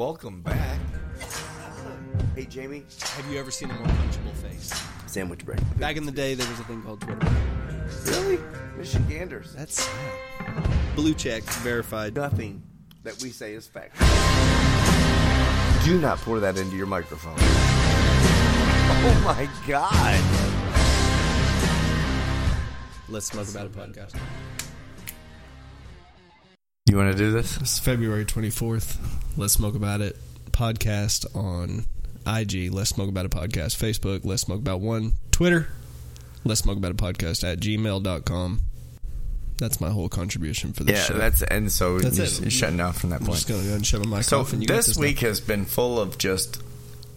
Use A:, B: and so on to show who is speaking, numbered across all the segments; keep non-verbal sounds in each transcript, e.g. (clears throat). A: Welcome back.
B: Hey, Jamie.
C: Have you ever seen a more punchable face?
B: Sandwich break.
C: Back in the day, there was a thing called Twitter.
B: Really? Michiganders.
C: That's sad. Blue check, verified.
B: Nothing that we say is fact. Do not pour that into your microphone. Oh my God.
C: Let's smoke about a podcast.
B: You want to do this?
C: It's February 24th. Let's smoke about it podcast on IG. Let's smoke about a podcast. Facebook. Let's smoke about one. Twitter. Let's smoke about a podcast at gmail.com. That's my whole contribution for this
B: Yeah,
C: show.
B: that's and so
C: That's
B: you're,
C: it.
B: you're shutting down from that
C: I'm just
B: point.
C: going to go and shove my mic
B: So
C: off. And you got
B: this
C: this
B: week has been full of just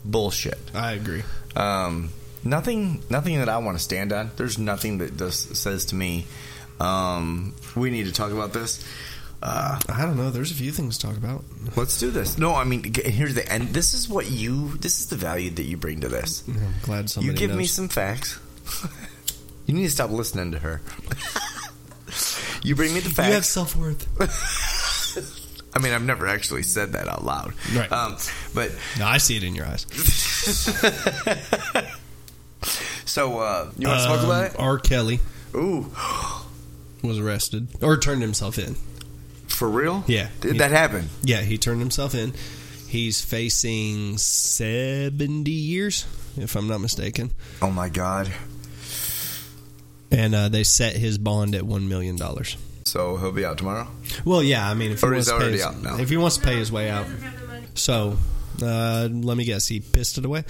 B: bullshit.
C: now. I agree.
B: Um, nothing, nothing that I want to stand on. There's nothing that this says to me. Um, we need to talk about this. Uh,
C: I don't know. There's a few things to talk about.
B: Let's do this. No, I mean, g- here's the end. This is what you. This is the value that you bring to this.
C: I'm glad somebody
B: you give
C: knows.
B: me some facts. (laughs) you need to stop listening to her. (laughs) you bring me the facts.
C: You have self worth.
B: I mean, I've never actually said that out loud.
C: Right.
B: Um, but
C: No, I see it in your eyes.
B: so uh, you want to
C: Um,
B: talk about it?
C: R. Kelly
B: Ooh, (gasps)
C: was arrested or turned himself in.
B: for real?
C: Yeah.
B: Did that happen?
C: Yeah, he turned himself in. He's facing 70 years, if I'm not mistaken.
B: Oh my god.
C: And uh, they set his bond at $1 million.
B: So he'll be out tomorrow.
C: Well, yeah, I mean, if he,
B: Or
C: wants
B: he's
C: to, pay
B: already
C: his,
B: out now.
C: if he wants to pay his way out. So, uh, let me guess, he pissed it away? Um,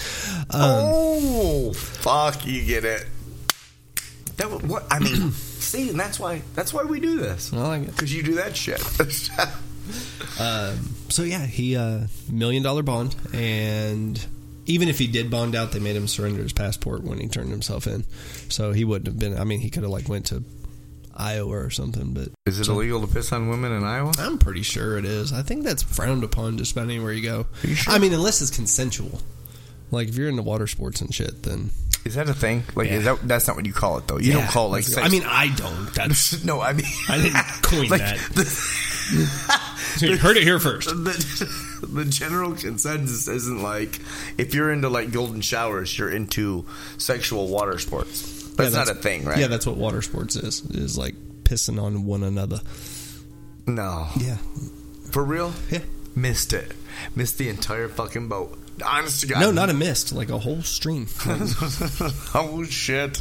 B: oh, fuck! You get it. That wa- what I
C: (clears throat)
B: mean. see, and that's why that's why we do this.
C: I like it.
B: Because you do that shit. (laughs)
C: Um, So yeah, he uh million dollar bond and even if he did bond out, they made him surrender his passport when he turned himself in. So he wouldn't have been I mean, he could have like went to Iowa or something, but
B: Is it illegal to piss on women in Iowa?
C: I'm pretty sure it is. I think that's frowned upon just about anywhere you go.
B: Are you sure?
C: I mean, unless it's consensual. Like if you're into water sports and shit, then
B: Is that a thing? Like, is that, that's not what you call it though. You
C: Yeah,
B: don't call it like.
C: let's go.
B: Sex.
C: I mean, I
B: (laughs)
C: don't. That's
B: no, I mean,
C: I didn't coin
B: (laughs) like,
C: that.
B: The,
C: (laughs)
B: (laughs)
C: You heard it here first.
B: the, the general consensus isn't like if you're into like golden showers, you're into sexual water sports. That's,
C: Yeah,
B: not a thing, right?
C: Yeah, that's what water sports is. Is like pissing on one another.
B: no,
C: Yeah.
B: for real.
C: Yeah.
B: Missed it. Missed the entire fucking boat. Honest to God.
C: No, not a mist, like a whole stream.
B: (laughs) oh shit.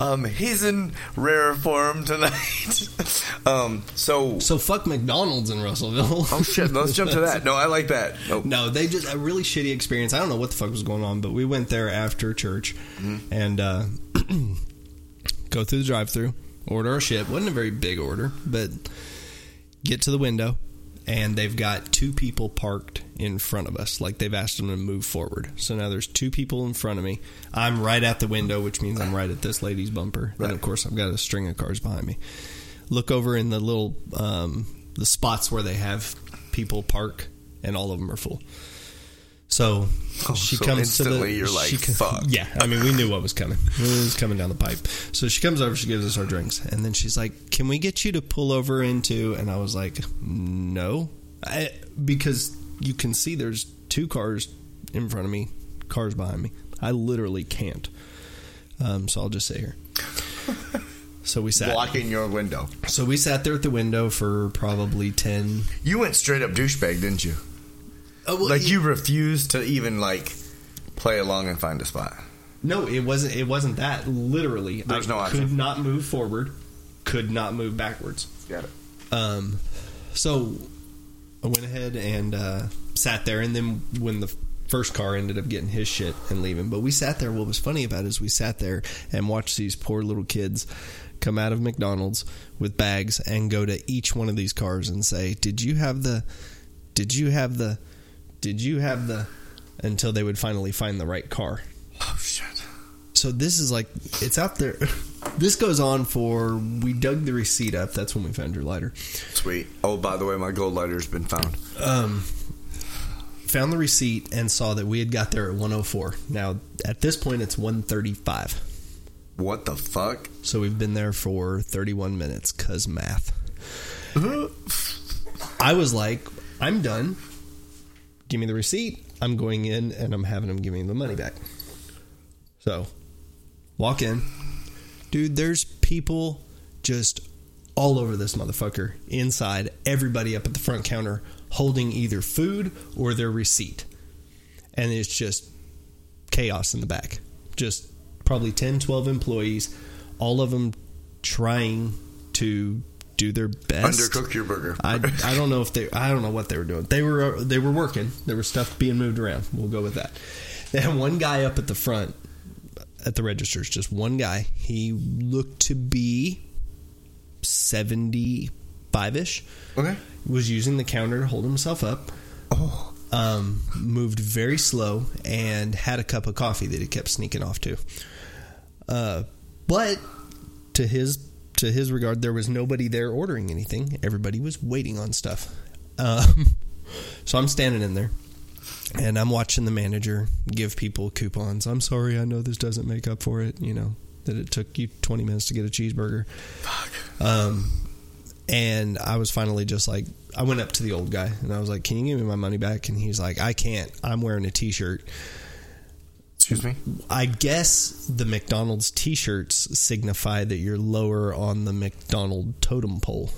B: Um, he's in rare form tonight. (laughs) um, so
C: So fuck McDonald's in Russellville.
B: oh shit, let's jump to that. No, I like that. Oh,
C: (laughs) No, they just a really shitty experience. I don't know what the fuck was going on, but we went there after church
B: Mm-hmm.
C: and uh, (clears throat) go through the drive-through, order our shit. wasn't a very big order, but get to the window and they've got two people parked in front of us. Like they've asked them to move forward. So now there's two people in front of me. I'm right at the window, which means I'm right at this lady's bumper. And of course, I've got a string of cars behind me. Look over in the little um, the spots where they have people park, and all of them are full. So she
B: Oh, so
C: comes to the.
B: instantly you're like,
C: she co-
B: "Fuck."
C: Yeah, I mean, we knew what was coming. It was coming down the pipe. So she comes over, she gives us our drinks, and then she's like, "Can we get you to pull over into?" And I was like, "No," I, because you can see there's two cars in front of me, cars behind me. I literally can't. Um, so I'll just sit here. So we sat.
B: blocking your window.
C: So we sat there at the window for probably ten.
B: You went straight up douchebag, didn't you?
C: Oh, well,
B: Like you refused to even like play along and find a spot.
C: No, it wasn't. It wasn't that. Literally,
B: There's
C: I
B: no option.
C: could not move forward, could not move backwards.
B: Got it.
C: Um, so I went ahead and uh, sat there, and then when the first car ended up getting his shit and leaving, but we sat there. What was funny about it is we sat there and watched these poor little kids come out of McDonald's with bags and go to each one of these cars and say, "Did you have the? Did you have the? Did you have the?" Until they would finally find the right car.
B: Oh shit.
C: So this is like it's out there. (laughs) This goes on for we dug the receipt up. That's when we found your lighter.
B: Sweet. Oh, by the way, my gold lighter's been found.
C: Um, found the receipt and saw that we had got there at 104. Now at this point it's 135.
B: What the fuck?
C: So we've been there for 31 minutes cuz math. I was like, I'm done. give me the receipt. I'm going in and I'm having them give me the money back. So, walk in. Dude, there's people just all over this motherfucker inside, everybody up at the front counter holding either food or their receipt. And it's just chaos in the back. Just probably 10, 12 employees, all of them trying to do their best.
B: Undercook your burger.
C: I, I don't know if they I don't know what they were doing. They were they were working. There was stuff being moved around. We'll go with that. They had one guy up at the front at the registers, just one guy. He looked to be seventy five ish.
B: okay.
C: Was using the counter to hold himself up.
B: Oh,
C: Um, moved very slow and had a cup of coffee that he kept sneaking off to. Uh, but to his to his regard, there was nobody there ordering anything. Everybody was waiting on stuff. Um, (laughs) so I'm standing in there, and I'm watching the manager give people coupons. I'm sorry, I know this doesn't make up for it. You know that it took you 20 minutes to get a cheeseburger. Fuck. Um, and I was finally just like, I went up to the old guy and I was like, "Can you give me my money back?" And he's like, "I can't. I'm wearing a T-shirt."
B: excuse me.
C: I guess the McDonald's T-shirts signify that you're lower on the McDonald totem pole,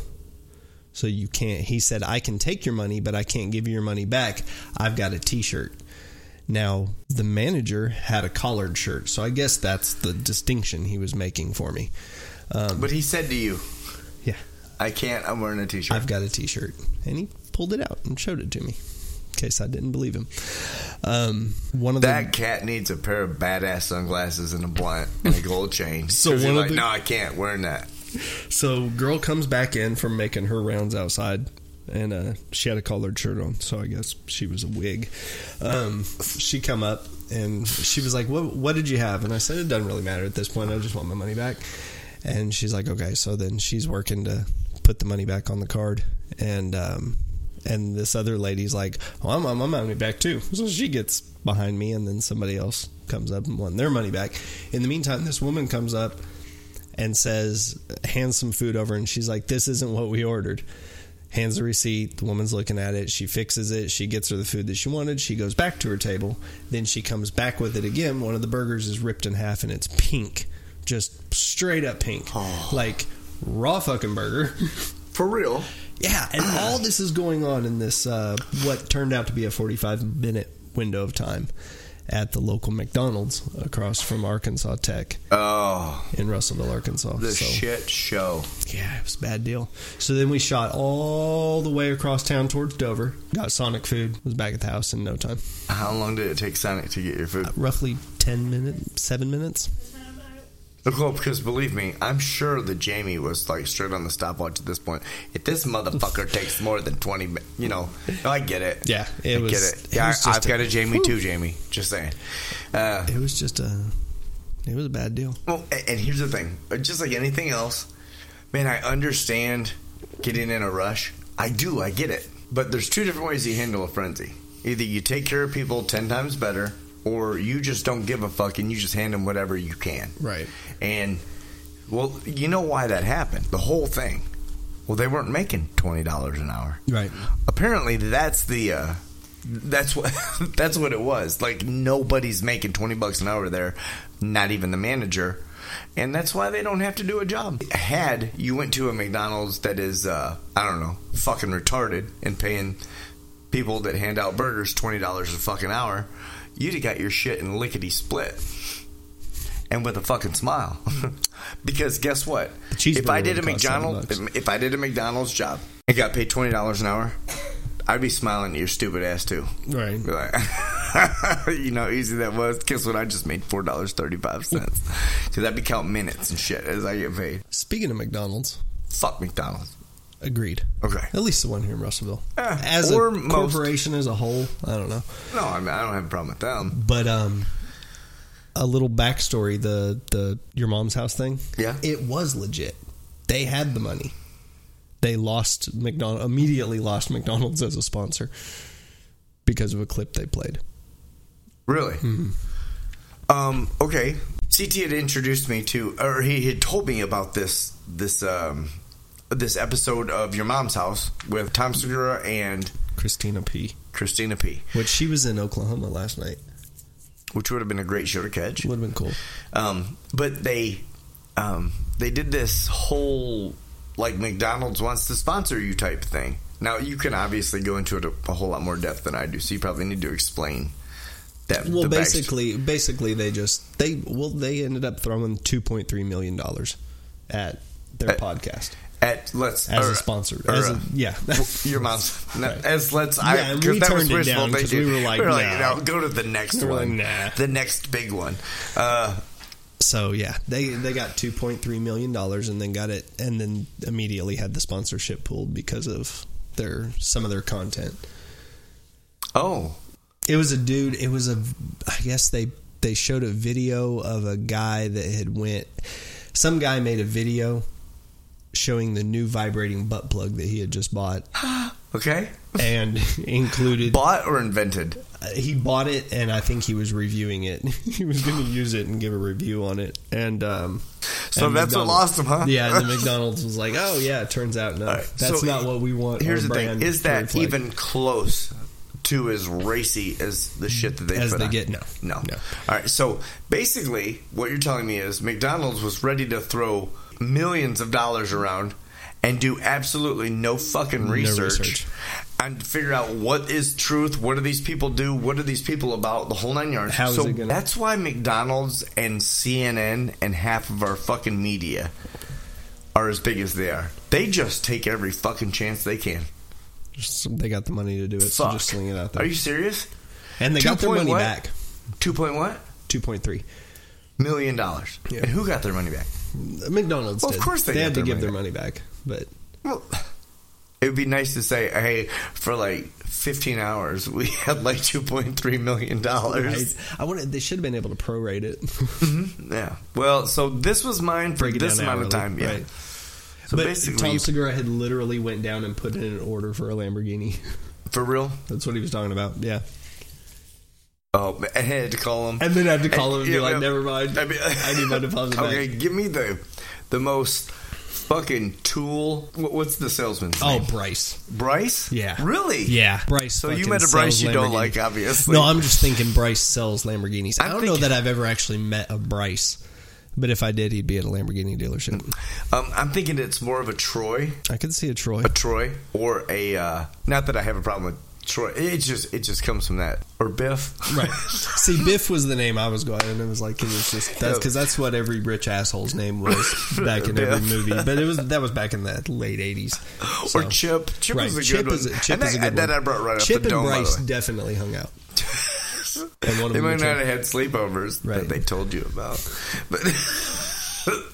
C: so you can't. He said, "I can take your money, but I can't give you your money back. I've got a T-shirt." Now the manager had a collared shirt, so I guess that's the distinction he was making for me.
B: But he said to you,
C: Yeah,
B: "I can't. I'm wearing a t-shirt."
C: I've got a T-shirt, and he pulled it out and showed it to me. In case I didn't believe him, um, one of the
B: that cat needs a pair of badass sunglasses and a blunt and a gold chain.
C: (laughs) So
B: So he's
C: one of
B: like,
C: the-
B: "No, I can't. Wearing that."
C: So girl comes back in from making her rounds outside, and uh, she had a collared shirt on, so I guess she was a wig. Um, she come up and she was like, "What? What did you have?" And I said, "It doesn't really matter at this point. I just want my money back." And she's like, "Okay." So then she's working to put the money back on the card, and um, and this other lady's like, oh, I want my money back too. So she gets behind me, and then somebody else comes up and wants their money back. In the meantime, this woman comes up and says, hands some food over, and she's like, this isn't what we ordered. Hands the receipt. The woman's looking at it. She fixes it. She gets her the food that she wanted. She goes back to her table. Then she comes back with it again. One of the burgers is ripped in half and it's pink. Just straight up pink.
B: Oh.
C: Like raw fucking burger.
B: For real?
C: Yeah,
B: (clears throat)
C: and all this is going on in this uh, what turned out to be a 45 minute window of time at the local McDonald's across from Arkansas Tech
B: Oh,
C: in Russellville, Arkansas.
B: the
C: so
B: shit show.
C: yeah, it was a bad deal. So then we shot all the way across town towards Dover, got Sonic food, was back at the house in no time. Uh,
B: How long did it take Sonic to get your food?
C: Roughly 10 minutes, 7 minutes.
B: Look, well, because believe me, I'm sure that Jamie was like straight on the stopwatch at this point. If this
C: (laughs)
B: motherfucker takes more than 20, mi- you know, no, I get it.
C: Yeah, it
B: I
C: was-
B: get it.
C: it
B: Yeah,
C: was
B: I,
C: just
B: I've got
C: a-
B: a Jamie too, Jamie. Just saying. Uh,
C: It was just a it was a bad deal.
B: well, a- and here's the thing Uh, just like anything else, man, I understand getting in a rush. I do, I get it. But there's two different ways you handle a frenzy either you take care of people 10 times better, or you just don't give a fuck and you just hand them whatever you can.
C: Right.
B: And well, you know why that happened. The whole thing. Well, they weren't making twenty dollars an hour.
C: Right.
B: Apparently, that's the uh, that's what (laughs) that's what it was. Like nobody's making twenty bucks an hour there, not even the manager. And that's why they don't have to do a job. Had you went to a McDonald's that is, uh, I don't know, fucking retarded and paying people that hand out burgers twenty dollars a fucking hour, you'd have got your shit in lickety split and with a fucking smile. (laughs) because guess what?
C: cheeseburger
B: If I did a
C: would cost
B: McDonald's,
C: $7.
B: if I did a McDonald's job and got paid twenty dollars an hour, I'd be smiling at your stupid ass too.
C: Right.
B: Be like, (laughs) you know, how easy that was. Guess what? I just made four dollars thirty five cents. Cause I'd be counting minutes and shit as I get paid.
C: Speaking of McDonald's,
B: Fuck McDonald's.
C: agreed.
B: Okay.
C: At least the one here in Russellville.
B: Eh,
C: as a
B: or most.
C: corporation as a whole, I don't know.
B: No, I, mean, I don't have a problem with them.
C: But um, a little backstory: the the your mom's house thing.
B: Yeah.
C: it was legit. They had the money. They lost McDonald immediately. Lost McDonald's as a sponsor because of a clip they played.
B: Really? Um, okay. CT had introduced me to, or he had told me about this this um, this episode of Your Mom's House with Tom Segura and
C: Christina P.
B: Christina P,
C: Which she was in Oklahoma last night.
B: which would have been a great show to catch.
C: Would have been cool.
B: Um, but they um, they did this whole like McDonald's wants to sponsor you type thing. Now you can obviously go into it a, a whole lot more depth than I do, so you probably need to explain that.
C: Well,
B: the backst-
C: basically, basically they just they well they ended up throwing two point three million dollars at their
B: At-
C: podcast
B: at let's
C: as
B: or-
C: a sponsor.
B: or
C: as
B: a-
C: a, yeah,
B: (laughs) your mom's no,
C: (laughs) Right.
B: as let's
C: Yeah,
B: I
C: and
B: because
C: we
B: that was
C: turned it
B: wishful
C: down 'cause
B: thinking.
C: we were like, nah.
B: no, go to the next
C: We were like,
B: one,
C: nah.
B: the next big one. Uh,
C: So yeah, they they got two point three million dollars and then got it and then immediately had the sponsorship pulled because of their some of their content.
B: oh,
C: It was a dude. It was a. I guess they they showed a video of a guy that had went. Some guy made a video showing the new vibrating butt plug that he had just bought
B: okay,
C: and (laughs) included.
B: bought or invented?
C: He bought it and I think he was reviewing it. (laughs) he was going to use it and give a review on it. And um,
B: So
C: and
B: that's what
C: McDonald's-
B: lost him, huh? (laughs)
C: Yeah, and the McDonald's was like, "Oh yeah, it turns out no,
B: All right,
C: that's
B: so
C: not what we want."
B: Here's
C: our
B: the thing:
C: brand
B: is
C: to
B: that
C: reflect."
B: even close to as racy as the shit that they
C: As
B: put
C: they
B: on?
C: get, no.
B: no,
C: No.
B: All right, so basically, what you're telling me is McDonald's was ready to throw millions of dollars around and do absolutely no fucking research,
C: research.
B: and figure out what is truth, what do these people do, what are these people about, the whole nine yards.
C: How is
B: so
C: it gonna-
B: that's why McDonald's and CNN and half of our fucking media. Are as big as they are. They just take every fucking chance they can.
C: Just- they got the money to do it, so
B: Fuck.
C: just sling it out there.
B: Are you serious?
C: and they got their
B: 2.1?
C: money back,
B: Two point what?
C: two point three.
B: Million dollars.
C: Yeah.
B: And who got their money back?
C: McDonald's.
B: Well, of
C: did.
B: course they got
C: had to
B: their
C: give
B: money
C: their money back, but
B: Well, it would be nice to say, hey, for like 15 hours, we (laughs) had like 2.3 million
C: I,
B: dollars.
C: I wanted they should have been able to prorate it, (laughs)
B: Yeah. Well, so this was mine for
C: break it
B: this
C: down
B: amount of
C: hourly,
B: time. Yeah.
C: right.
B: So
C: but
B: basically,
C: Tom Segura had literally went down and put in an order for a Lamborghini. (laughs)
B: for real,
C: That's what he was talking about. Yeah,
B: oh, I had to call him.
C: and then I had to call him and
B: Yeah,
C: be like,
B: yeah.
C: "Never mind, I,
B: mean- (laughs)
C: need my deposit back."
B: Okay, give me the the most fucking tool. What, what's the salesman's
C: Oh,
B: name?
C: Bryce.
B: Bryce?
C: Yeah.
B: Really?
C: Yeah, Bryce.
B: So you
C: fucking
B: met a Bryce
C: sells
B: you don't
C: Lamborghinis.
B: like, obviously.
C: No, I'm just thinking Bryce sells Lamborghinis. I
B: I'm
C: don't know
B: thinking-
C: that I've ever actually met a Bryce, but if I did, he'd be at a Lamborghini dealership.
B: Um, I'm thinking it's more of a Troy,
C: I could see a Troy.
B: a Troy, or a. Uh, not that I have a problem with Troy. It just it just comes from that or Biff.
C: Right. See, Biff was the name I was going, and it was like it was just that's because that's what every rich asshole's name was
B: (laughs)
C: back in every
B: Biff.
C: movie. But it was that was back in the late eighties.
B: (laughs) or Chip. Chip
C: Right.
B: is a
C: Chip
B: good
C: is a-
B: one.
C: Chip
B: and
C: is a
B: that,
C: good
B: that
C: one.
B: I brought right
C: Chip
B: up the dome.
C: and
B: by the
C: Bryce
B: way.
C: definitely
B: (laughs)
C: hung out. And one of
B: They
C: them
B: might
C: was
B: not
C: Chip.
B: have had sleepovers
C: Right.
B: that they told you about, but.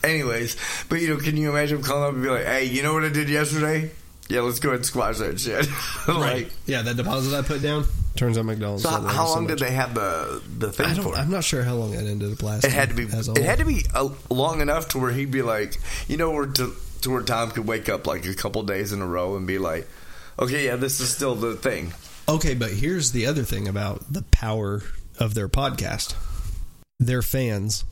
B: (laughs) Anyways, but you know, can you imagine calling up and be like, "Hey, you know what I did yesterday? Yeah, let's go ahead and squash that shit." (laughs)
C: Right.
B: Like,
C: yeah, that deposit I put down turns out McDonald's.
B: so how,
C: sold it
B: how
C: for so
B: long
C: much.
B: did they have the the thing
C: I
B: for?
C: don't, I'm not sure how long that ended up lasting.
B: It had to be.
C: As a
B: It
C: whole.
B: had to be uh, long enough to where he'd be like, you know, where to, to where Tom could wake up like a couple days in a row and be like, okay, yeah, this is still the thing.
C: Okay, but here's the other thing about the power of their podcast. Their fans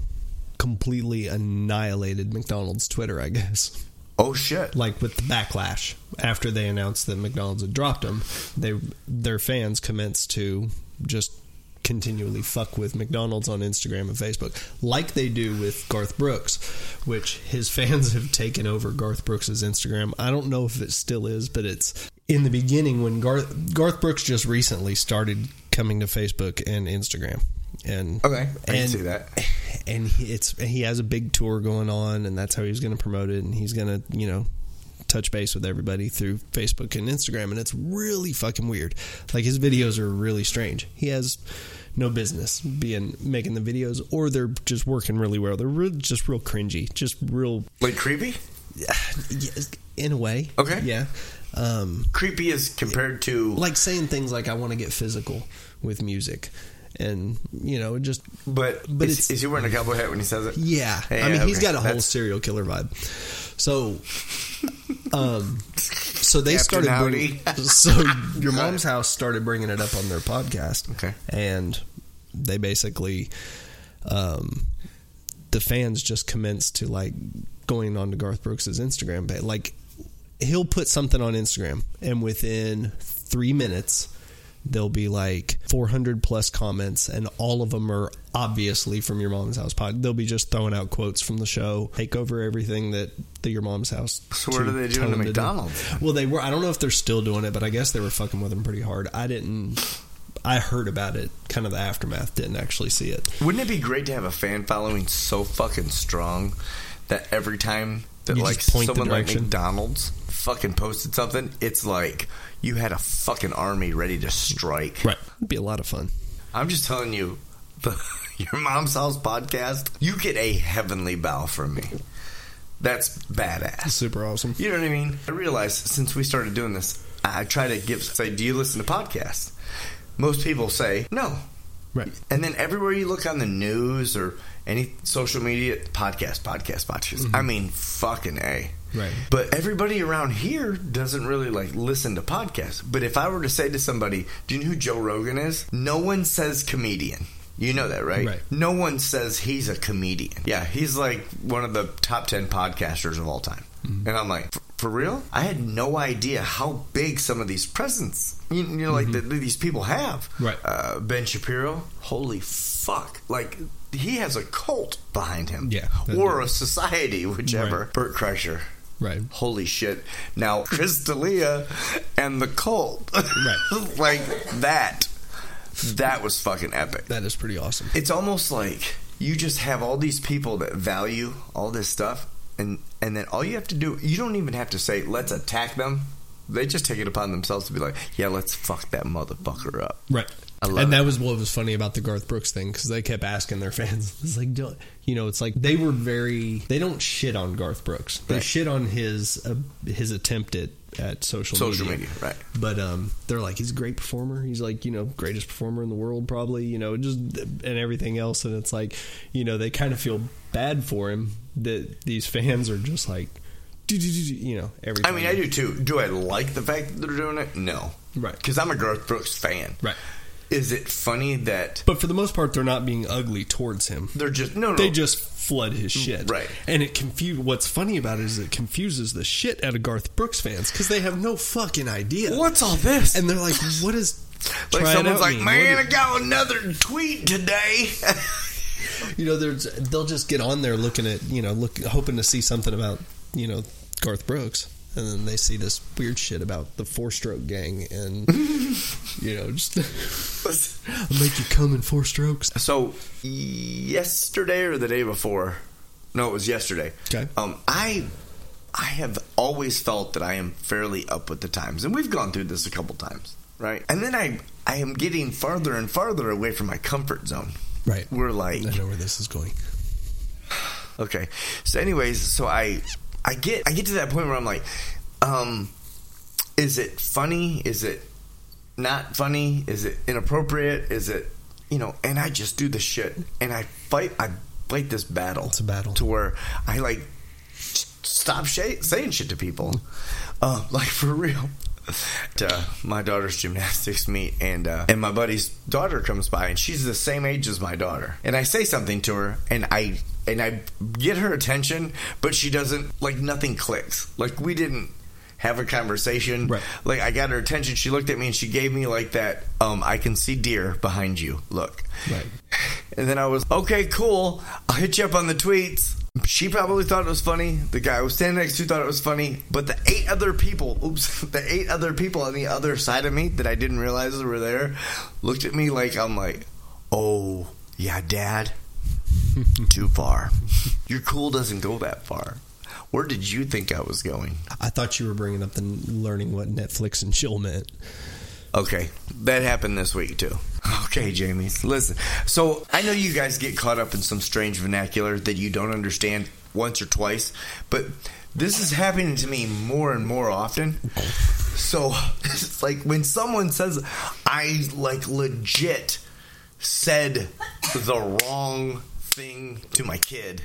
C: completely annihilated McDonald's Twitter, I guess.
B: Oh shit!
C: Like with the backlash after they announced that McDonald's had dropped them, they their fans commenced to just continually fuck with McDonald's on Instagram and Facebook, like they do with Garth Brooks, which his (laughs) fans have taken over Garth Brooks's Instagram. I don't know if it still is, but it's in the beginning when Garth Garth Brooks just recently started coming to Facebook and Instagram. And
B: Okay, I can
C: and-
B: see that.
C: (sighs) and he, it's he has a big tour going on, and that's how he's going to promote it, and he's going to you know touch base with everybody through Facebook and Instagram, and it's really fucking weird. Like his videos are really strange. He has no business being making the videos, or they're just working really well. They're real, just real cringy, just real (sighs)
B: Like creepy,
C: yes, in a way.
B: Okay.
C: yeah. Um,
B: creepy is compared to,
C: like saying things like I want to get physical with music, and you know just
B: but
C: but
B: is,
C: it's-
B: is he wearing a cowboy hat when he says it?
C: Yeah,
B: Yeah,
C: I mean he's
B: okay.
C: got a whole
B: That's-
C: serial killer vibe. So, um, so they
B: Captain
C: started bringing.
B: (laughs)
C: So your mom's house started bringing it up on their podcast.
B: Okay.
C: and they basically, um, the fans just commenced to like going on to Garth Brooks's Instagram page. Like he'll put something on Instagram, and within three minutes, there'll be like 400 plus comments, and all of them are obviously from Your Mom's House pod. They'll be just throwing out quotes from the show, take over everything that the Your Mom's House.
B: So what
C: two
B: are they doing
C: told
B: to
C: them do.
B: McDonald's?
C: Well, they were. I don't know if they're still doing it, but I guess they were fucking with him pretty hard. I didn't. I heard about it, kind of the aftermath. Didn't actually see it.
B: Wouldn't it be great to have a fan following so fucking strong that every time that
C: You
B: like
C: just point the
B: someone like
C: direction.
B: McDonald's fucking posted something, it's like you had a fucking army ready to strike.
C: Right, it'd be a lot of fun.
B: I'm just telling you, the, (laughs) your mom's house podcast, you get a heavenly bow from me. That's badass.
C: Super awesome.
B: You know what I mean? I realize since we started doing this, I try to give say, do you listen to podcasts? Most people say no.
C: Right.
B: And then everywhere you look on the news or any social media, podcast, podcast, podcast. I mean, fucking a.
C: Right.
B: But everybody around here doesn't really like listen to podcasts. But if I were to say to somebody, "Do you know who Joe Rogan is?" No one says comedian. You know that, right?
C: Right.
B: No one says he's a comedian. Yeah, he's like one of the top 10 podcasters of all time.
C: Mm-hmm.
B: And I'm like, "F- for real? I had no idea how big some of these presents, you, you know, like that these people have.
C: Mm-hmm. Right.
B: Uh, ben Shapiro, holy fuck. Like, he has a cult behind him.
C: Yeah, that-
B: Or a society, whichever. Bert Kreischer.
C: Right.
B: Holy shit. Now, Chris D'Elia and the cult. (laughs)
C: Right.
B: like, that. That was fucking epic
C: That is pretty awesome.
B: it's almost like you just have all these people that value all this stuff and and then all you have to do you don't even have to say let's attack them they just take it upon themselves to be like yeah let's fuck that motherfucker up
C: Right.
B: I love
C: and that
B: it.
C: was what was funny about the Garth Brooks thing because they kept asking their fans, (laughs) "It's like, don't you know?" It's like they were very. They don't shit on Garth Brooks. They
B: Right.
C: shit on his uh, his attempt at at social
B: social media right
C: But um, they're like, he's a great performer. He's like, you know, greatest performer in the world, probably. You know, just and everything else. And it's like, you know, they kind of feel bad for him that these fans are just like, "Do, do, do, do," you know, every.
B: I
C: time
B: mean, I do too. Do I like the fact that they're doing it? No,
C: Right.
B: Because I'm a Garth Brooks fan.
C: Right.
B: Is it funny that
C: But for the most part, they're not being ugly towards him.
B: they're just no, no?
C: They just flood his shit,
B: Right.
C: And it confuse. What's funny about it is it confuses the shit out of Garth Brooks fans because they have no fucking idea.
B: what's all this?
C: And they're like, "What is?"
B: like
C: try it
B: someone's
C: out
B: like,
C: mean?
B: man,
C: What
B: I got another tweet today.
C: (laughs)
B: (laughs)
C: you know, there's they'll just get on there looking at you know, look hoping to see something about you know Garth Brooks, and then they see this weird shit about the Four Stroke Gang, (laughs) and you know, just (laughs) I'll make you come in four strokes.
B: So yesterday or the day before? No, it was yesterday.
C: Okay.
B: Um, I I have always felt that I am fairly up with the times, and we've gone through this a couple times, right? And then I I am getting farther and farther away from my comfort zone.
C: Right.
B: We're like,
C: I know where this is going.
B: okay. So, anyways, so I I get I get to that point where I'm like, um, is it funny? Is it not funny? Is it inappropriate? Is it you know? And I just do the shit, and I fight. I fight this battle.
C: It's a battle.
B: to where I like s- stop sha- saying shit to people, uh, like for real. (laughs) At, Uh, my daughter's gymnastics meet, and uh, and my buddy's daughter comes by, and she's the same age as my daughter. And I say something to her, and I and I get her attention, but she doesn't like nothing clicks. Like we didn't have a conversation.
C: Right.
B: Like I got her attention. She looked at me and she gave me like that. Um, I can see deer behind you. Look.
C: (laughs) Right.
B: And then I was okay, cool. I'll hit you up on the tweets. She probably thought it was funny. The guy I was standing next to thought it was funny. But the eight other people, oops, (laughs) the eight other people on the other side of me that I didn't realize were there, looked at me like I'm like, oh yeah, dad, too far. Your cool doesn't go that far. Where did you think I was going?
C: I thought you were bringing up the learning what Netflix and chill meant.
B: Okay, that happened this week too. Okay, Jamie, listen. So I know you guys get caught up in some strange vernacular that you don't understand once or twice, but this is happening to me more and more often. So (laughs) it's like when someone says, "I like legit said the wrong thing to my kid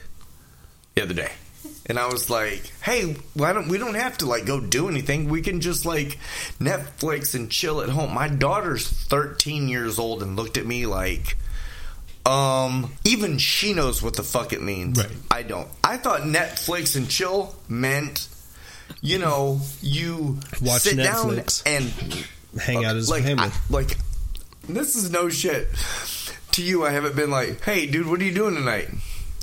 B: the other day." And I was like, "Hey, why don't we don't have to like go do anything? We can just like Netflix and chill at home." My daughter's 13 years old and looked at me like, "Um, even she knows what the fuck it means."
C: Right.
B: I don't. I thought Netflix and chill meant, you know, you
C: Watch
B: sit
C: Netflix.
B: down and
C: hang out as
B: like,
C: family.
B: I- like, this is no shit. To you, I haven't been like, hey, dude, what are you doing tonight?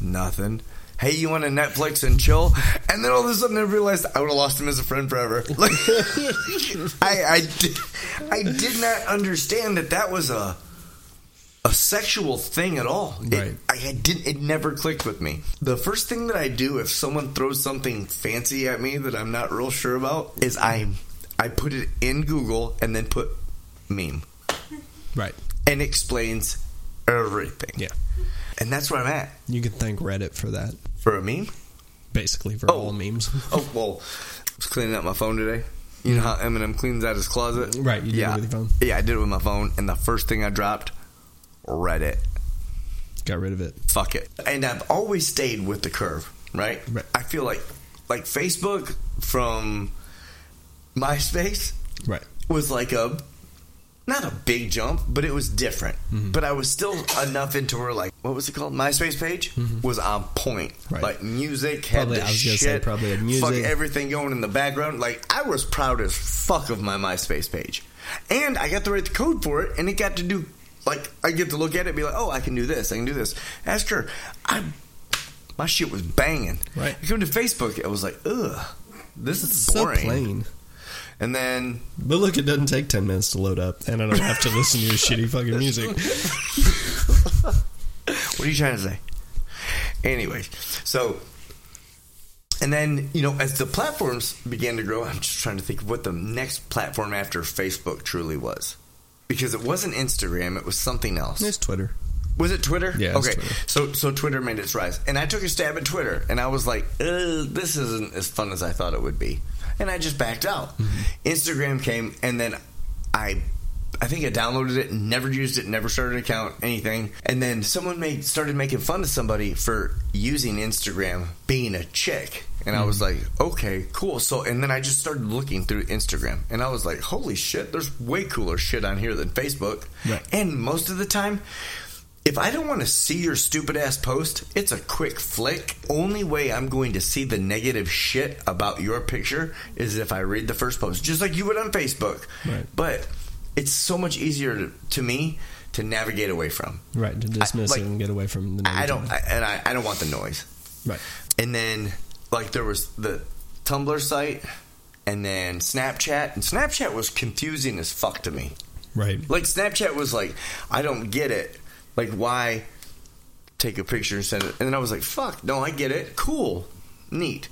B: Nothing. Hey, you want to Netflix and chill? And then all of a sudden, I realized I would have lost him as a friend forever. Like, (laughs) I, I, did, I did not understand that that was a a sexual thing at all. It-
C: Right.
B: I, I didn't. It never clicked with me. The first thing that I do if someone throws something fancy at me that I'm not real sure about is I I put it in Google and then put meme
C: right.
B: and explains everything.
C: Yeah.
B: And that's where I'm at
C: You can thank Reddit for that,
B: for a meme.
C: basically, for
B: Oh.
C: all memes. (laughs)
B: Oh well, I was cleaning up my phone today. You know how Eminem cleans out his closet,
C: Right, you did it
B: yeah,
C: with your phone.
B: Yeah, I did it with my phone, and the first thing I dropped, Reddit.
C: Got rid of it.
B: Fuck it. And I've always stayed with the curve, right?
C: Right.
B: I feel like, like Facebook from MySpace
C: Right.
B: was like a not a big jump, but it was different.
C: Mm-hmm.
B: But I was still enough into her like what was it called? MySpace page was on point.
C: Mm-hmm. Right.
B: Like music had
C: Probably-
B: the
C: I was gonna
B: shit,
C: say probably had
B: fuck
C: music.
B: everything going in the background. Like I was proud as fuck of my MySpace page, and I got to write the code for it, and it got to do like I get to look at it, and be like, oh, I can do this, I can do this. Ask her, I my shit was banging.
C: Right.
B: I come to Facebook, I was like, ugh, this is
C: So
B: boring.
C: plain.
B: And then
C: But look, it doesn't take 10 minutes to load up, and I don't have to listen
B: (laughs)
C: to your shitty fucking music.
B: What are you trying to say? Anyway, so and then you know as the platforms began to grow, I'm just trying to think of what the next platform after Facebook truly was. Because it wasn't Instagram, it was something else.
C: It's Twitter.
B: Was it Twitter?
C: Yeah, it's
B: Okay.
C: Twitter.
B: So so Twitter made its rise, and I took a stab at Twitter, and I was like, uh, "This isn't as fun as I thought it would be," and I just backed out. Instagram came, and then I. I think I downloaded it, never used it, never started an account, anything. And then someone made started making fun of somebody for using Instagram being a chick. And I was like, okay, cool. So and then I just started looking through Instagram and I was like, holy shit, there's way cooler shit on here than Facebook.
C: Right.
B: And most of the time, if I don't want to see your stupid ass post, it's a quick flick. Only way I'm going to see the negative shit about your picture is if I read the first post, just like you would on Facebook.
C: Right.
B: But it's so much easier to, to me to navigate away from.
C: Right, to dismiss
B: like,
C: it and get away from the
B: I
C: negativity.
B: don't, I, and I, I don't want the noise.
C: Right.
B: And then, like, there was the Tumblr site, and then Snapchat, and Snapchat was confusing as fuck to me.
C: Right.
B: Like Snapchat was like, I don't get it. Like why take a picture and send it? And then I was like, fuck, no, I get it. Cool, neat.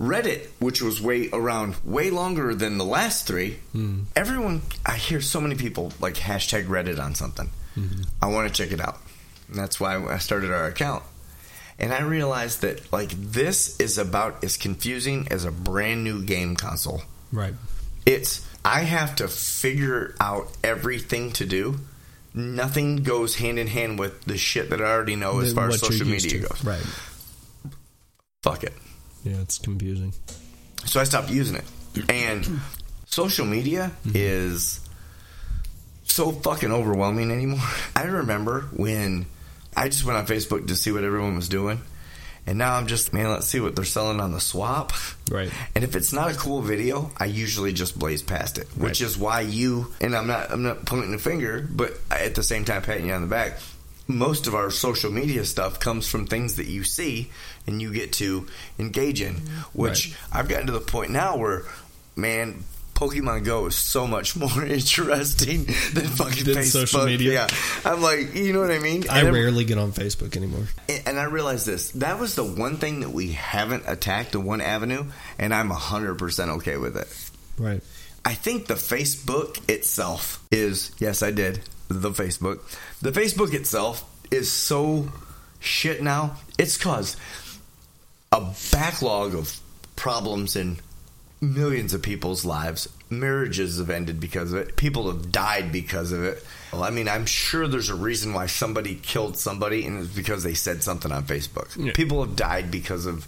B: Reddit, which was way around way longer than the last three,
C: Mm-hmm.
B: everyone I hear so many people like hashtag Reddit on something.
C: Mm-hmm.
B: I want to check it out. And that's why I started our account. And I realized that like this is about as confusing as a brand new game console.
C: Right.
B: It's I have to figure out everything to do. Nothing goes hand in hand with the shit that I already know Oh, as
C: The-
B: far as
C: what you're
B: social
C: used
B: media
C: to.
B: goes.
C: Right.
B: Fuck it.
C: Yeah, it's confusing.
B: So I stopped using it. And social media
C: Mm-hmm.
B: is so fucking overwhelming anymore. (laughs) I remember when I just went on Facebook to see what everyone was doing. And now I'm just, man, let's see what they're selling on the swap.
C: Right.
B: And if it's not a cool video, I usually just blaze past it, which
C: Right.
B: is why you and I'm not I'm not pointing a finger, but at the same time patting you on the back. Most of our social media stuff comes from things that you see and you get to engage in, which I've gotten to the point now where, man. Pokemon Go is so much (laughs) more interesting than fucking
C: Than
B: Facebook.
C: social media.
B: Yeah, I'm like, you know what I mean.
C: I
B: And I'm-
C: rarely get on Facebook anymore.
B: and I realized this. That was the one thing that we haven't attacked, the one avenue, and I'm 100% okay with it.
C: Right.
B: I think the Facebook itself is, yes, I did, the Facebook. The Facebook itself is so shit now. It's caused a backlog of problems in millions of people's lives. Marriages have ended because of it. People have died because of it. Well, I mean, I'm sure there's a reason why somebody killed somebody, and it's because they said something on Facebook.
C: Yeah.
B: People have died because of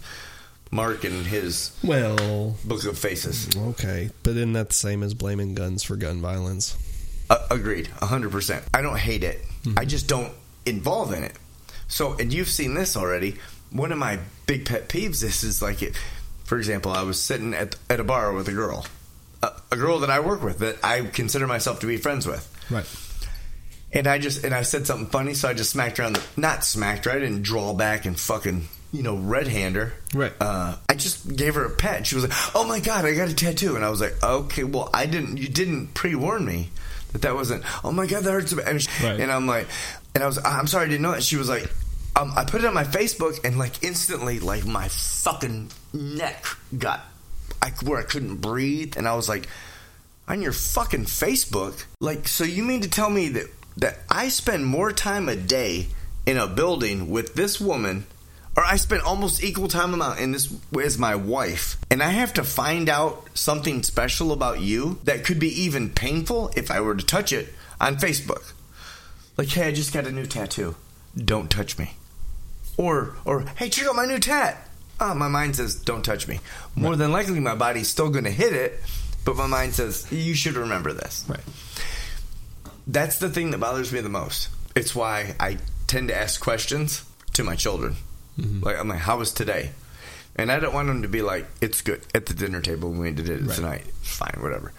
B: Mark and his
C: Well,
B: book of faces.
C: okay. But isn't that the same as blaming guns for gun violence?
B: Uh, agreed, hundred percent. I don't hate it. I just don't involve in it. So, and you've seen this already. One of my big pet peeves. This is like it. For example, I was sitting at at a bar with a girl, a, a girl that I work with that I consider myself to be friends with.
C: Right.
B: And I just and I said something funny, so I just smacked her on the not smacked her. I didn't draw back and fucking you know red hand her.
C: Right.
B: Uh, I just gave her a pet. She was like, "Oh my god, I got a tattoo," and I was like, "Okay, well, I didn't. You didn't pre warn me that that wasn't. Oh my god, that hurts." And, she,
C: Right.
B: and I'm like, and I was, I'm sorry, I didn't know that. She was like, um, I put it on my Facebook, and like instantly, like my fucking neck got I, where I couldn't breathe, and I was like, on your fucking Facebook. Like, so you mean to tell me that that I spend more time a day in a building with this woman, or I spend almost equal time amount in this with my wife, and I have to find out something special about you that could be even painful if I were to touch it on Facebook. Like, hey, I just got a new tattoo. Don't touch me. Or, or hey, check out my new tat. Ah, my mind says, don't touch me. More than likely, my body's still going to hit it, but my mind says, you should remember this.
C: Right.
B: That's the thing that bothers me the most. It's why I tend to ask questions to my children.
C: Mm-hmm.
B: Like, I'm like, how was today? And I don't want them to be like, it's good at the dinner table when we did it
C: Right.
B: tonight. Fine, whatever.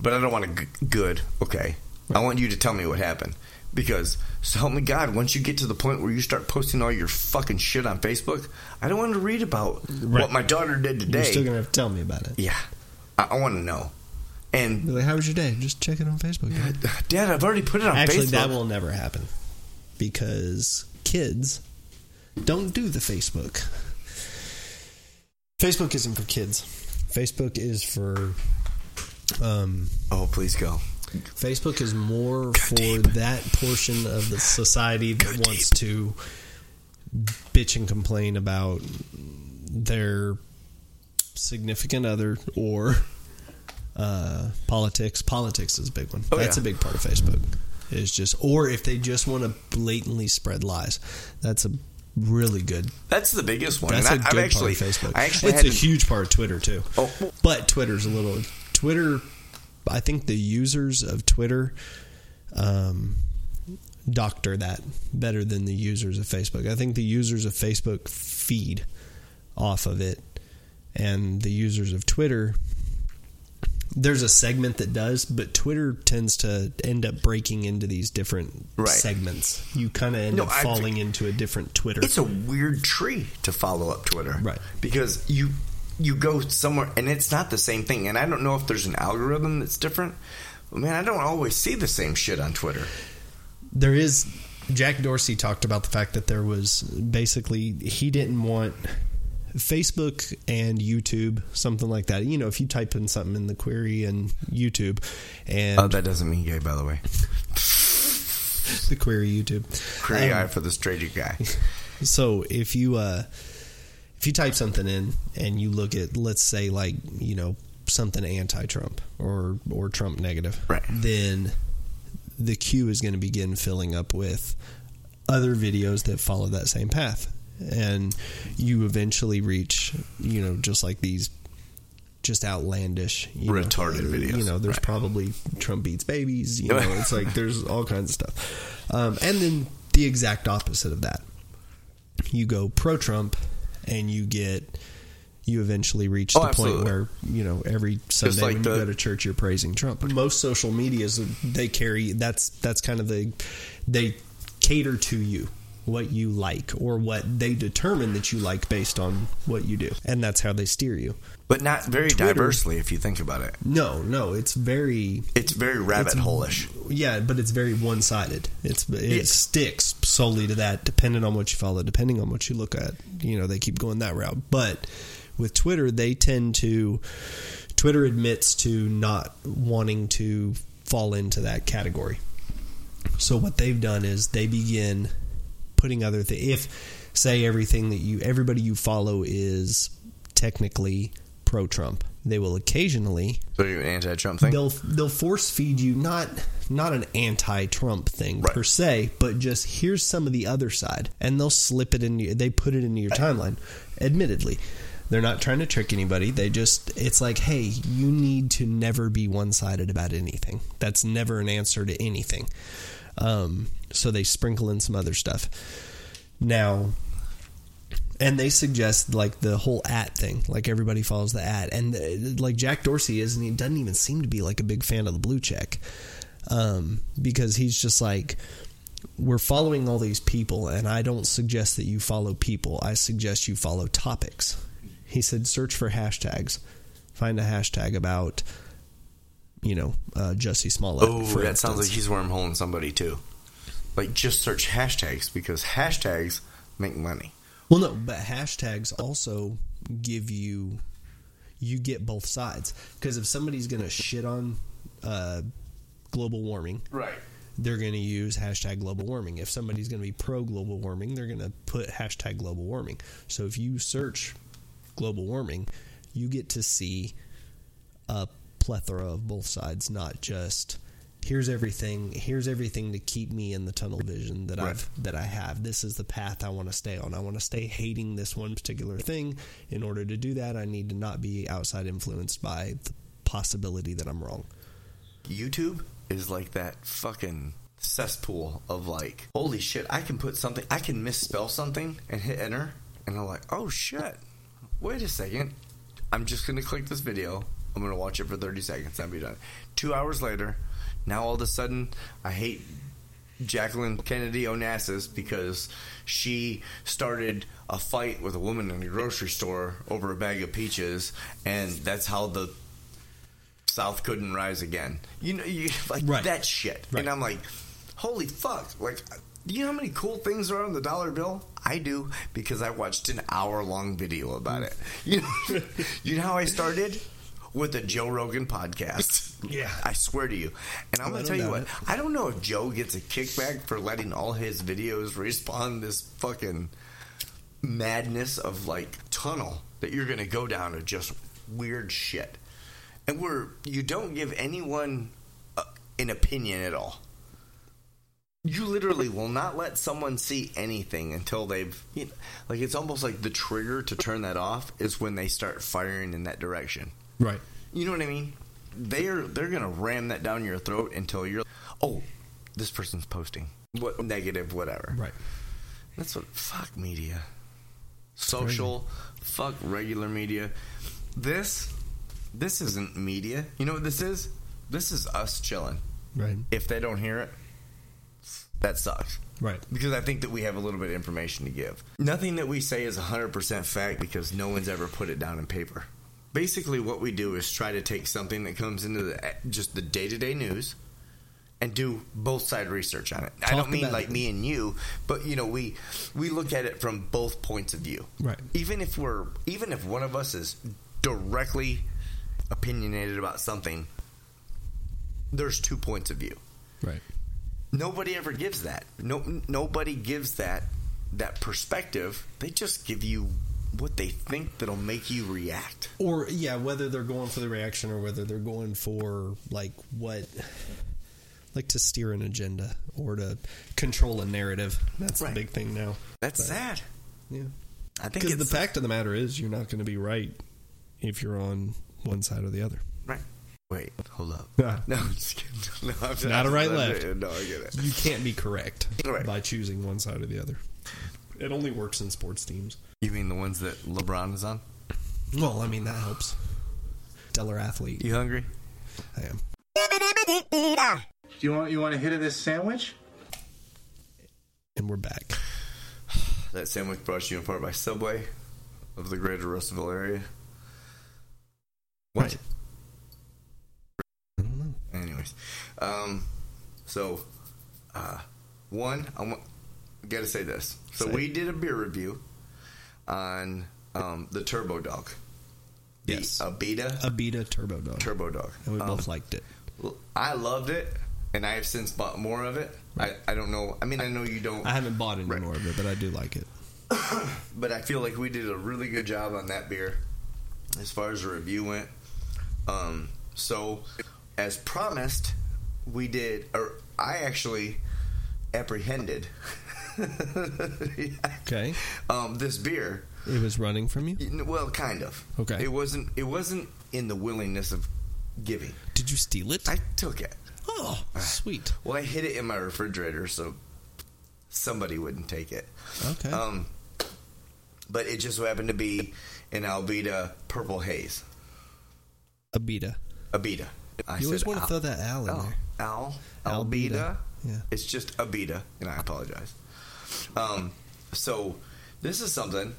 B: But I don't want to, g- good, okay. I want you to tell me what happened. Because, so help me God, once you get to the point where you start posting all your fucking shit on Facebook, I don't want to read about what my daughter did today.
C: You're still gonna have to tell me about it.
B: yeah. I, I want to know. And,
C: Be like, how was your day? Just check it on Facebook. Dad."
B: Dad, I've already put it on
C: Actually,
B: Facebook.
C: that will never happen because kids don't do the Facebook. Facebook isn't for kids. Facebook is for. Um,
B: oh, please go.
C: Facebook is more for that portion of the society that
B: Go
C: wants to bitch and complain about their significant other or uh, politics. Politics is a big one.
B: Oh,
C: That's
B: yeah.
C: a big part of Facebook. Is just or if they just want to blatantly spread lies. That's a really good.
B: That's the biggest one.
C: That's a
B: and I,
C: good
B: I've actually,
C: part of Facebook.
B: I actually
C: it's
B: had
C: a
B: to-
C: huge part of Twitter too.
B: Oh, well-
C: But Twitter's a little Twitter. I think the users of Twitter um, doctor that better than the users of Facebook. I think the users of Facebook feed off of it, and the users of Twitter. There's a segment that does, but Twitter tends to end up breaking into these different
B: Right.
C: segments. You kind of end
B: No,
C: up
B: I-
C: falling into a different Twitter.
B: it's a weird tree to follow up Twitter,
C: Right.
B: Because you you go somewhere and it's not the same thing. And I don't know if there's an algorithm that's different. But man, I don't always see the same shit on Twitter.
C: there is Jack Dorsey talked about the fact that there was basically he didn't want Facebook and YouTube something like that. You know, if you type in something in the query and YouTube and
B: Oh, that doesn't mean gay, by the way.
C: the query YouTube.
B: Cray
C: Um,
B: eye for the straight guy.
C: (laughs) So if you uh, if you type something in and you look at let's say like you know something anti-Trump or or Trump negative,
B: Right.
C: Then the queue is going to begin filling up with other videos that follow that same path, and you eventually reach you know just like these. Just outlandish, you know,
B: Retarded videos.
C: You know, there's
B: Right.
C: probably Trump beats babies. You know,
B: (laughs)
C: it's like there's all kinds of stuff, um, and then the exact opposite of that you go pro Trump and you get you eventually reach
B: Oh,
C: the
B: absolutely.
C: point where you know every Sunday
B: like
C: when
B: the-
C: you go to church you're praising Trump. Most social medias they carry that's that's kind of the they cater to you what you like or what they determine that you like based on what you do, and that's how they steer you.
B: But not very
C: Twitter-
B: diversely, if you think about it.
C: No, no, it's very
B: It's very rabbit holeish.
C: yeah, but it's very one sided. It's it
B: Yeah.
C: sticks solely to that, depending on what you follow, depending on what you look at. You know, they keep going that route. But with Twitter, they tend to Twitter admits to not wanting to fall into that category. So what they've done is they begin putting other things. If say everything that you everybody you follow is technically pro Trump, they will occasionally
B: So you're an anti-Trump thing.
C: They'll they'll force feed you not not an anti-Trump thing
B: Right.
C: per se, but just here's some of the other side, and they'll slip it in. You, they put it into your timeline. Admittedly, they're not trying to trick anybody. They just it's like, hey, you need to never be one-sided about anything. That's never an answer to anything. Um, so they sprinkle in some other stuff. Now, and they suggest like the whole at thing, like everybody follows the at, and uh, like Jack Dorsey is, and he doesn't even seem to be like a big fan of the blue check, um, because he's just like, we're following all these people, and I don't suggest that you follow people. I suggest you follow topics. He said, search for hashtags, find a hashtag about, you know, uh, Jussie Smollett.
B: Oh,
C: for
B: that sounds like
C: instance.
B: he's wormholing somebody too. Like just search hashtags because hashtags make money.
C: Well, no, but hashtags also give you you get both sides because if somebody's going to shit on uh, global warming,
B: Right.
C: they're going to use hashtag global warming. If somebody's going to be pro global warming, they're going to put hashtag global warming. So if you search global warming, you get to see a plethora of both sides, not just here's everything, here's everything to keep me in the tunnel vision that
B: Right.
C: I've that I have. This is the path I want to stay on. I want to stay hating this one particular thing. In order to do that, I need to not be outside influenced by the possibility that I'm wrong.
B: YouTube is like that fucking cesspool of like, holy shit, I can put something, I can misspell something and hit enter, and I'm like, oh shit, wait a second, I'm just gonna click this video, I'm gonna watch it for 30 seconds, and be done. Two hours later, now all of a sudden, I hate Jacqueline Kennedy Onassis because she started a fight with a woman in a grocery store over a bag of peaches, and that's how the South couldn't rise again. You know, you like
C: Right.
B: that shit.
C: Right.
B: And I'm like, holy fuck! Like, do you know how many cool things are on the dollar bill? I do because I watched an hour long video about it.
C: Mm.
B: You know, (laughs) you know how I started with a Joe Rogan podcast.
C: Yeah.
B: I swear to you. And I'm
C: I
B: gonna
C: don't
B: tell you
C: doubt
B: what.
C: it.
B: I don't know if Joe gets a kickback for letting all his videos respawn this fucking madness of like tunnel that you're going to go down of just weird shit. And where you don't give anyone uh, an opinion at all. You literally will not let someone see anything until they've, you know, like, it's almost like the trigger to turn that off is when they start firing in that direction.
C: Right.
B: You know what I mean? They're they're gonna ram that down your throat until you're oh, this person's posting what negative whatever.
C: Right.
B: That's what fuck media, social, fuck regular media. This this isn't media. You know what this is? This is us chilling.
C: Right.
B: If they don't hear it, that sucks
C: Right.
B: because I think that we have a little bit of information to give. Nothing that we say is 100% fact because no one's ever put it down in paper. Basically, what we do is try to take something that comes into the, just the day to day news and do both side research on it. I
C: Talk
B: don't mean
C: about
B: like
C: it.
B: me and you, but you know we we look at it from both points of view.
C: Right.
B: Even if we're even if one of us is directly opinionated about something, there's two points of view
C: Right.
B: nobody ever gives that. No, nobody gives that that perspective. They just give you what they think that'll make you react.
C: or yeah, whether they're going for the reaction or whether they're going for like what, like to steer an agenda or to control a narrative. That's
B: Right.
C: the big thing now.
B: That's
C: But,
B: sad.
C: Yeah,
B: I think
C: because
B: it's
C: the fact of the matter is, you're not going to be right if you're on one side or the other.
B: right. Wait, hold up.
C: Yeah.
B: (laughs) No, I'm just kidding. No, I'm
C: Not a right, left.
B: (laughs) No, I get it.
C: You can't be correct
B: Right.
C: by choosing one side or the other. It only works in sports teams.
B: You mean the ones that LeBron is on?
C: Well, I mean that helps. Stellar athlete,
B: You hungry?
C: I am.
A: Do you want you want a hit of this sandwich?
C: And we're back.
B: That sandwich brought to you in part by Subway of the greater Russellville area. What?
C: Right. I don't know.
B: Anyways, um, so uh, one, I want gotta say this. So
C: Say it.
B: we did a beer review on um, the Turbo Dog, the
C: Yes.
B: Abita
C: Abita Turbo Dog.
B: Turbo Dog.
C: and we
B: Um,
C: both liked it.
B: I loved it, and I have since bought more of it. I, I don't know. I mean, I know you don't,
C: I haven't bought any
B: Right.
C: more of it, but I do like it.
B: but I feel like we did a really good job on that beer as far as the review went. Um, so, as promised, we did, or I actually apprehended (laughs)
C: Okay.
B: um, this beer.
C: It was running from you.
B: Well, kind of.
C: Okay.
B: It wasn't. It wasn't in the willingness of giving.
C: Did you steal it?
B: I took it.
C: oh, sweet.
B: Well, I hid it in my refrigerator so somebody wouldn't take it.
C: Okay.
B: Um, but it just so happened to be an Alveda Purple Haze.
C: Abita.
B: Abita. I
C: You always
B: said uh, oh.
C: want to
B: Al-
C: throw that Al in
B: Al,
C: there.
B: Al,
C: Albeda.
B: Albeda.
C: Yeah.
B: It's just Abita, and I apologize. Um, so this is something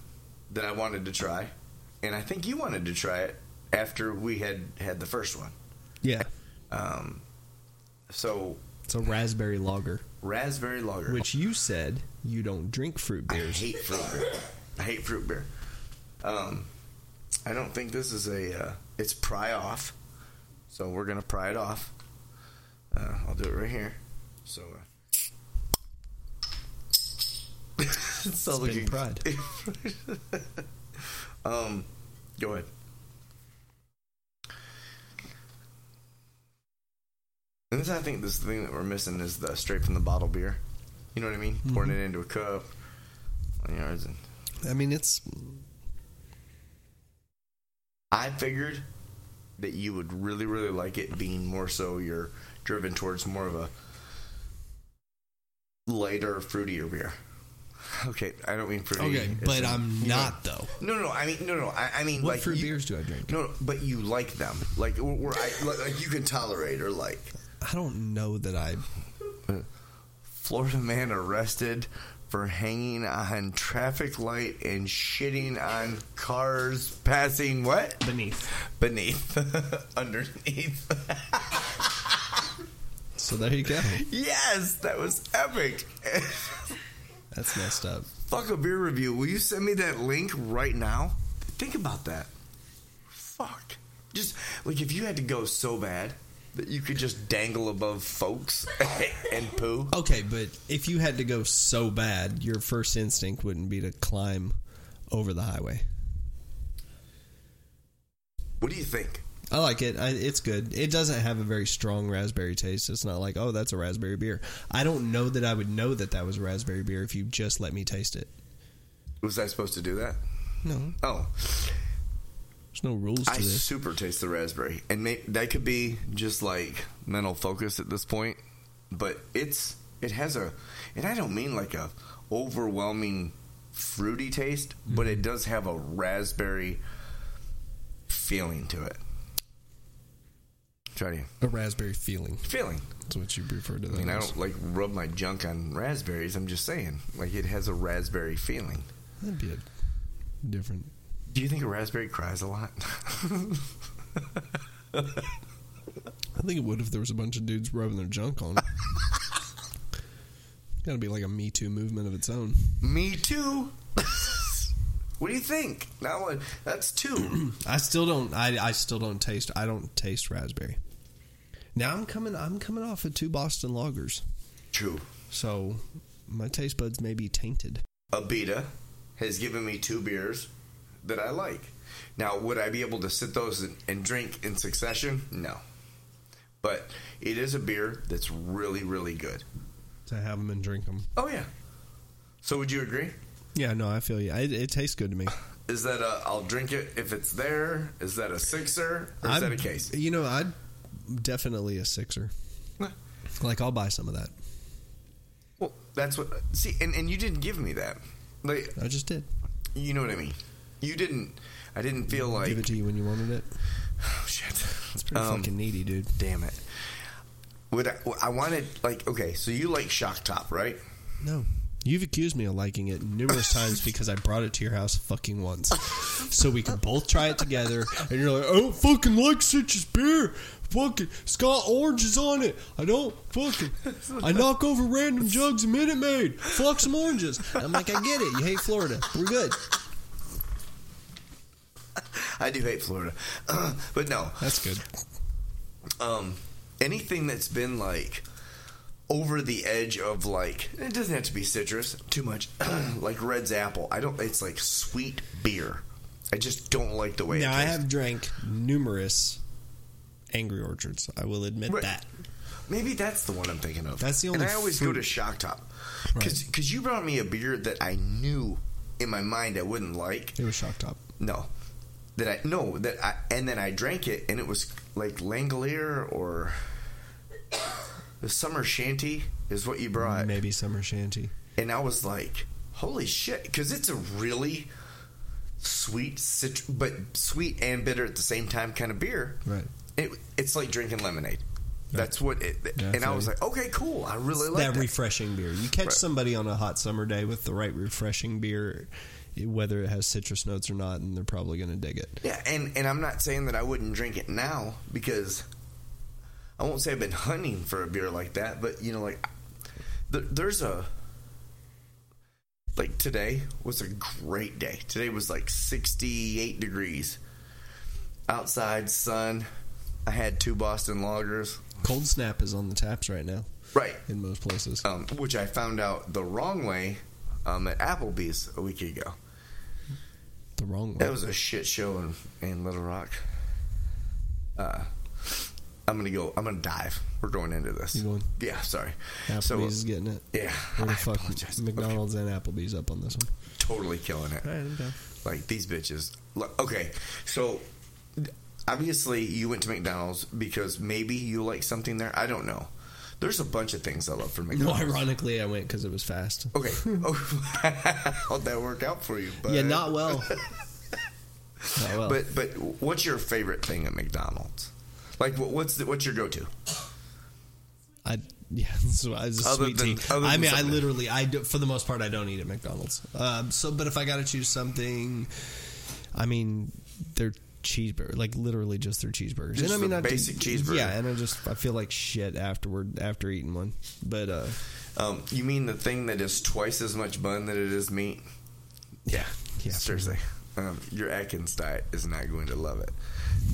B: that I wanted to try, and I think you wanted to try it after we had had the first one.
C: Yeah.
B: Um, so
C: It's a raspberry lager,
B: raspberry lager,
C: which you said you don't drink fruit
B: I
C: beers.
B: hate fruit beer. I hate fruit beer. Um, I don't think this is a. Uh, it's pry off, so we're gonna pry it off. Uh, I'll do it right here. So. Uh, it's
C: been pried.
B: (laughs) um, go ahead. And this, I think, this thing that we're missing is the straight from the bottle beer. You know what I mean? Pouring it into a cup. You know, it's-
C: I mean, it's
B: I figured that you would really, really like it, being more so you're driven towards more of a lighter, fruitier beer. Okay, I don't mean fruity.
C: okay,
B: It's
C: but
B: a-
C: I'm
B: you know-
C: not though.
B: No, no, I mean, no, no, I, I mean,
C: What
B: like
C: fruit
B: you-
C: beers do I drink?
B: No, no, but you like them, like or, or I, like, like you can tolerate or like.
C: I don't know that I.
B: Florida man arrested for hanging on traffic light and shitting on cars passing what?
C: Beneath.
B: Beneath. (laughs) Underneath.
C: So
B: (laughs)
C: there you go.
B: yes, that was epic. (laughs)
C: That's messed up.
B: Fuck a beer review. Will you send me that link right now? Think about that. Fuck. Just like if you had to go so bad that you could just dangle above folks (laughs) and poo.
C: Okay, but if you had to go so bad, your first instinct wouldn't be to climb over the highway.
B: What do you think?
C: I like it. I, it's good. It doesn't have a very strong raspberry taste. It's not like, oh, that's a raspberry beer. I don't know that I would know that that was a raspberry beer if you just let me taste it.
B: Was I supposed to do that?
C: No,
B: Oh,
C: there's no rules to
B: I
C: this.
B: super taste the raspberry, and may, that could be just like mental focus at this point. But it's it has a, and I don't mean like a overwhelming fruity taste, but
C: Mm-hmm.
B: it does have a raspberry feeling to it. Try to
C: A raspberry feeling
B: feeling.
C: is what you refer to
B: I
C: that.
B: mean, I
C: as.
B: don't like rub my junk on raspberries. I'm just saying, like it has a raspberry feeling.
C: That'd be a different.
B: Do you think a raspberry cries a lot? (laughs)
C: I think it would if there was a bunch of dudes rubbing their
B: (laughs)
C: junk on. it. Got to be like a Me Too movement of its own.
B: Me too. (laughs) what do you think? That one. That's two.
C: I still don't. I, I still don't taste. I don't taste raspberry. Now I'm coming. I'm coming off of two Boston lagers,
B: True.
C: so my taste buds may be tainted.
B: Abita has given me two beers that I like. Now, would I be able to sit those and, and drink in succession? No. But it is a beer that's really, really good.
C: To have them and drink them.
B: Oh yeah. So would you agree?
C: Yeah, no, I feel you. It, it tastes good to me.
B: Is that a I'll drink it if it's there? Is that a sixer? Or is that a case?
C: You know, I'd definitely a sixer. Like I'll buy some of that.
B: Well, that's what. See, and, and you didn't give me that. Like,
C: I just did.
B: you know what I mean? You didn't. I didn't feel like.
C: Give it to you when you wanted it.
B: Oh shit!
C: It's pretty
B: Um,
C: fucking needy, dude.
B: Damn it! Would I, I wanted like okay? So you like shock top, right?
C: No. You've accused me of liking it numerous times because I brought it to your house fucking once. So we could both try it together, and you're like, I don't fucking like citrus beer. Fucking Scott Orange is on it. I don't fucking. I knock over random jugs of Minute Maid. Fuck some oranges. And I'm like, I get it. You hate Florida. We're good.
B: I do hate Florida, (clears throat) but no.
C: That's good.
B: Um, anything that's been like over the edge of like it doesn't have to be citrus too much, (clears throat) like Red's apple. I don't. It's like sweet beer. I just don't like the way.
C: Now
B: it
C: I
B: tastes.
C: have drank numerous Angry Orchards. I will admit
B: Right.
C: that.
B: Maybe that's the one I'm thinking of.
C: That's the
B: And
C: only
B: I always go
C: fruit.
B: to Shock Top because you brought me a beer that I knew in my mind I wouldn't like.
C: It was shock top.
B: No, that I no that I and then I drank it and it was like Langolier or (coughs) the Summer Shanty is what you brought,
C: Maybe summer shanty.
B: and I was like, holy shit, because it's a really sweet, cit- but sweet and bitter at the same time kind of beer.
C: Right.
B: It, it's like drinking lemonade. That's what it. and I was like, okay, cool. I really like
C: that
B: that.
C: refreshing beer. You catch
B: Right.
C: somebody on a hot summer day with the right refreshing beer, whether it has citrus notes or not, and they're probably going to dig it.
B: yeah, and and I'm not saying that I wouldn't drink it now because I won't say I've been hunting for a beer like that, but you know, like there, there's a like today was a great day. Today was like 68 degrees outside, sun. I had two Boston lagers.
C: Cold Snap is on the taps right now
B: Right.
C: in most places.
B: um, which I found out the wrong way um, at Applebee's a week ago.
C: The wrong
B: That
C: way.
B: was a shit show in, in Little Rock. Uh, I'm gonna go. I'm gonna dive. We're going into this.
C: You going?
B: Yeah. Sorry.
C: Applebee's is getting it.
B: yeah.
C: Where the
B: I
C: fuck
B: apologize.
C: McDonald's and Applebee's up on this one?
B: Okay, totally killing it. Like these bitches. Look, Okay. So obviously you went to McDonald's because maybe you like something there. I don't know. There's a bunch of things I love from
C: Well,
B: McDonald's.
C: ironically, I went because it was fast.
B: Okay. Oh, (laughs) how'd that work out for you? But
C: Yeah, not
B: (laughs)
C: well. not well.
B: But but what's your favorite thing at McDonald's? Like what, what's the, what's your go to?
C: I yeah, (laughs) so I was a
B: Other
C: sweet
B: than-
C: tea.
B: other
C: I
B: than
C: mean, I
B: something-
C: literally, I do, for the most part, I don't eat at McDonald's. Um, so, but if I got to choose something, I mean, their cheeseburger, like literally just their cheeseburgers.
B: Just
C: and I mean,
B: the
C: I do-
B: basic cheeseburger.
C: Yeah, and I just I feel like shit afterward after eating one. But uh,
B: Um, you mean the thing that is twice as much bun that it is meat?
C: yeah, yeah,
B: seriously. Um, your Atkins diet is not going to love it.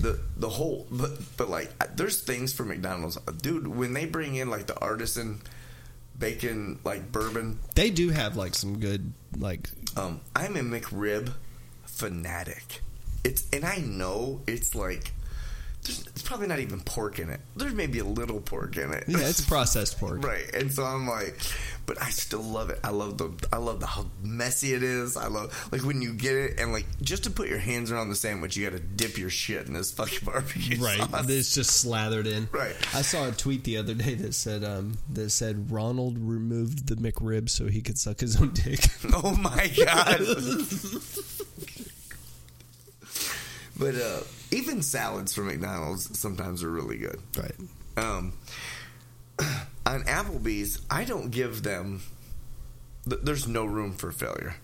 B: The the whole but but like I- there's things for McDonald's, Uh, dude. When they bring in like the artisan bacon like bourbon,
C: they do have like some good like
B: um, I'm a McRib fanatic. It's and I know it's like. there's- It's probably not even pork in it. There's maybe a little pork in it.
C: yeah,
B: (laughs)
C: it's processed pork.
B: Right, and so I'm like, but I still love it. I love the, I love the how messy it is. I love like when you get it and like just to put your hands around the sandwich, you got to dip your shit in this fucking (laughs) barbecue
C: Right,
B: sauce.
C: it's just slathered in.
B: Right.
C: I saw a tweet the other day that said um, that said Ronald removed the McRib so he could suck his own dick.
B: (laughs) oh my god. but uh, even salads from McDonald's sometimes are really good.
C: right.
B: Um, (clears throat) on Applebee's, I don't give them. th- There's no room for failure.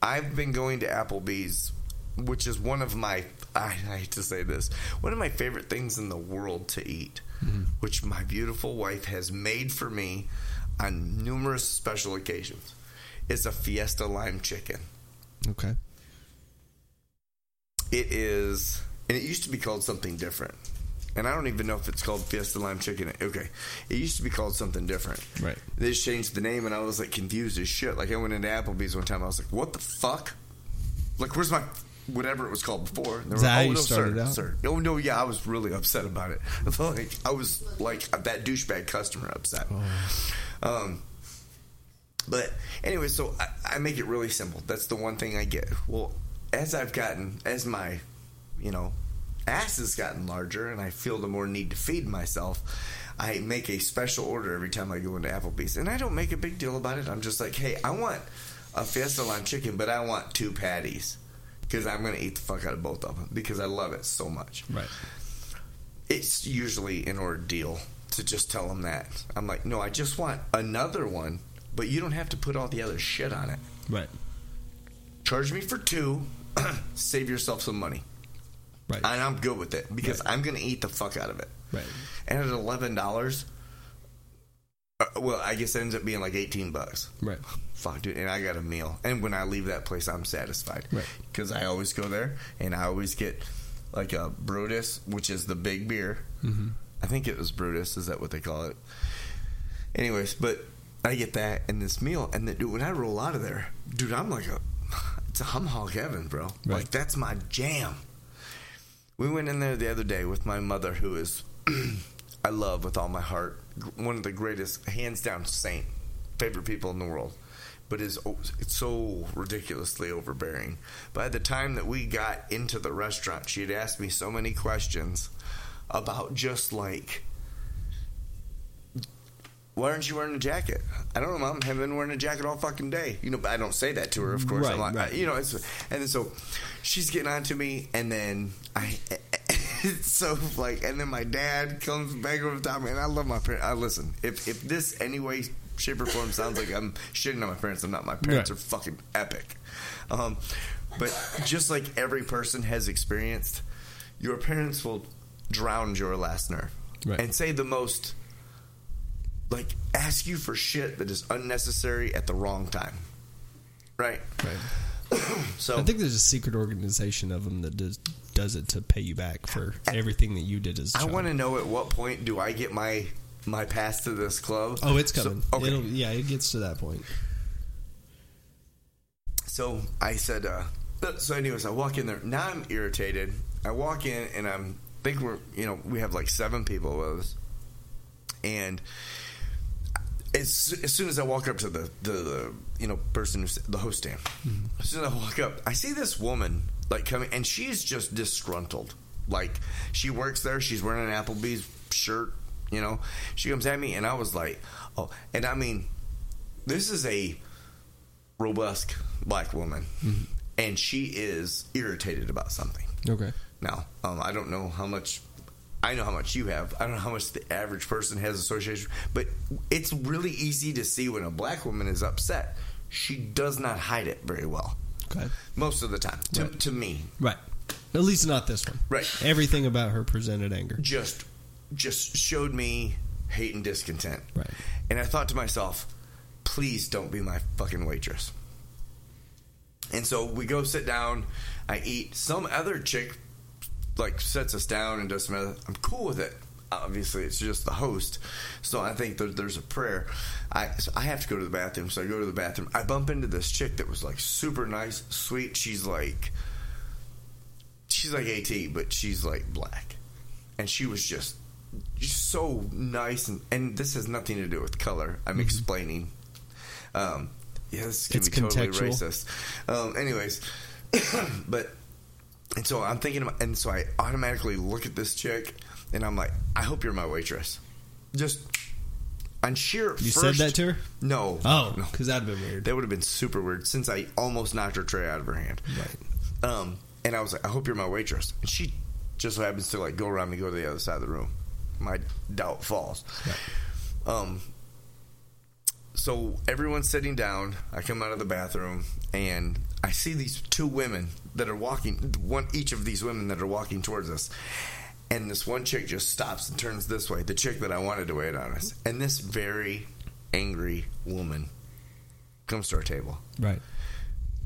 B: I've been going to Applebee's, which is one of my. I, I hate to say this, one of my favorite things in the world to eat, which my beautiful wife has made for me on numerous special occasions, is a Fiesta Lime Chicken.
C: Okay.
B: It is, and it used to be called something different. And I don't even know if it's called Fiesta Lime Chicken. Okay, it used to be called something different.
C: Right.
B: They just changed the name, and I was like confused as shit. Like I went into Applebee's one time, I was like, "What the fuck? Like, where's my whatever it was called before?" And they "Oh,
C: Is that how you
B: no,
C: started
B: sir,
C: out?
B: sir. Oh no, yeah, I was really upset about it. (laughs) I felt like I was like that douchebag customer upset.
C: Oh.
B: Um, but anyway, so I, I make it really simple. That's the one thing I get. Well, as I've gotten, as my, you know, ass has gotten larger and I feel the more need to feed myself, I make a special order every time I go into Applebee's. And I don't make a big deal about it. I'm just like, hey, I want a Fiesta Lime Chicken, but I want two patties. Because I'm going to eat the fuck out of both of them because I love it so much
C: Right.
B: it's usually an ordeal to just tell them that. I'm like, no, I just want another one, but you don't have to put all the other shit on it.
C: Right.
B: Charge me for two, (clears throat) save yourself some money.
C: Right.
B: And I'm good with it because I'm going to eat the fuck out of it.
C: Right.
B: And at $11, uh, well, I guess it ends up being like 18 bucks.
C: Right.
B: Fuck, dude. And I got a meal. And when I leave that place, I'm satisfied.
C: Right.
B: Because I always go there and I always get like a Brutus, which is the big beer.
C: Mm-hmm.
B: I think it was Brutus. Is that what they call it? Anyways, but I get that and this meal. And then, dude, when I roll out of there, dude, I'm like a. (laughs) It's a hum hog heaven, bro. Like,
C: Right.
B: that's my jam. We went in there the other day with my mother, who is (clears throat) I love with all my heart, g- one of the greatest, hands down saint, favorite people in the world, but is o- it's so ridiculously overbearing. By the time that we got into the restaurant, she had asked me so many questions about just like why aren't you wearing a jacket? I don't know, mom. I haven't been wearing a jacket all fucking day. You know, but I don't say that to her, of course.
C: Right,
B: I'm like, (laughs)
C: right.
B: You know, it's, and then so she's getting on to me, and then I. (laughs) So like, and then my dad comes back over the top, and I love my parents. I listen. If if this any way, shape, or form sounds like I'm shitting on my parents, I'm not. My parents
C: Right.
B: are fucking epic. Um, but just like every person has experienced, your parents will drown your last nerve
C: Right.
B: and say the most like ask you for shit that is unnecessary at the wrong time. Right.
C: Right.
B: So
C: I think there's a secret organization of them that does does it to pay you back for everything that you did as a
B: I
C: child.
B: want to know at what point do I get my my pass to this club?
C: Oh, it's
B: So-
C: coming.
B: okay.
C: It'll, yeah, it gets to that point.
B: So I said, uh, so anyways, I walk in there. Now I'm irritated. I walk in and I'm think we're you know we have like seven people with us, and as, as soon as I walk up to the the, the you know person who's the host stand, as soon as I walk up, I see this woman like coming and she's just disgruntled. Like she works there. She's wearing an Applebee's shirt. You know, she comes at me and I was like, oh, and I mean, this is a robust black woman, and she is irritated about something.
C: Okay.
B: Now, um, I don't know how much. I know how much you have. I don't know how much the average person has association, but it's really easy to see when a black woman is upset. She does not hide it very well,
C: Okay.
B: most of the time. To,
C: Right.
B: to me,
C: Right. At least not this one.
B: Right.
C: Everything about her presented anger.
B: just just showed me hate and discontent.
C: Right.
B: And I thought to myself, please don't be my fucking waitress. And so we go sit down, I eat. Some other chick like sets us down and does some other I'm cool with it. Obviously, it's just the host, so I think there, there's a prayer. I so I have to go to the bathroom, so I go to the bathroom. I bump into this chick that was like super nice, sweet. She's like she's like AT, but she's like black. And she was just just so nice and, and this has nothing to do with color. I'm explaining. Um yeah, this can
C: Mm-hmm. It's
B: be totally
C: contextual.
B: racist. Um anyways, (coughs) but and so I'm thinking about, and so I automatically look at this chick and I'm like, I hope you're my waitress. Just on sheer
C: You
B: first-
C: said that to her?
B: No.
C: Oh,
B: No.
C: because that'd been weird.
B: That would have been super weird since I almost knocked her tray out of her hand.
C: Right.
B: Um, and I was like, I hope you're my waitress. And she just so happens to like go around me, go to the other side of the room. My doubt falls. Um, so everyone's sitting down. I come out of the bathroom and I see these two women that are walking. One each of these women that are walking towards us. And this one chick just stops and turns this way. The chick that I wanted to wait on us. And this very angry woman comes to our table
C: Right.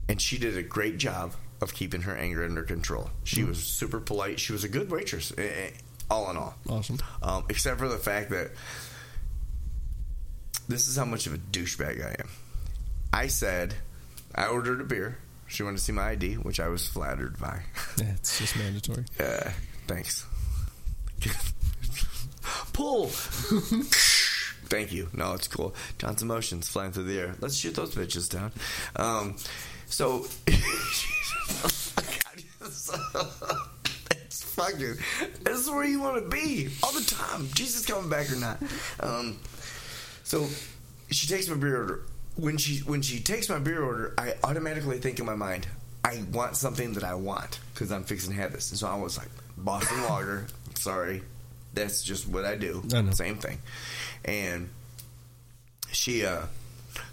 B: and she did a great job of keeping her anger under control. She was super polite. She was a good waitress, eh, eh, all in all,
C: Awesome.
B: um, except for the fact that this is how much of a douchebag I am. I said I ordered a beer. She wanted to see my ID, which I was flattered by.
C: Yeah, it's just mandatory.
B: (laughs) Uh, thanks. (laughs)
C: (laughs)
B: Pull. Thank you. No, it's cool. Johnson motions flying through the air. Let's shoot those bitches down. Um, so, (laughs) oh it's fucking. This is where you want to be all the time. Jesus coming back or not. Um, so she takes my beer order. When she when she takes my beer order, I automatically think in my mind, I want something that I want because I'm fixing to have this. And so I was like, Boston Lager. Sorry, that's just what I do.
C: I know.
B: Same thing. And she uh,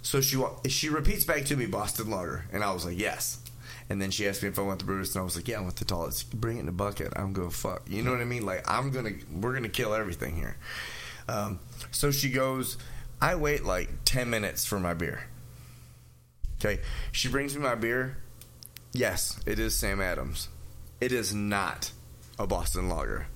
B: so she wa- she repeats back to me Boston Lager, and I was like, yes. And then she asked me if I want the brewers, and I was like, "Yeah, I want the tallest. Bring it in a bucket. I'm gonna fuck. You know what I mean? Like I'm gonna, we're gonna kill everything here." Um, so she goes. I wait like ten minutes for my beer. Okay, she brings me my beer. Yes, it is Sam Adams. It is not a Boston Lager.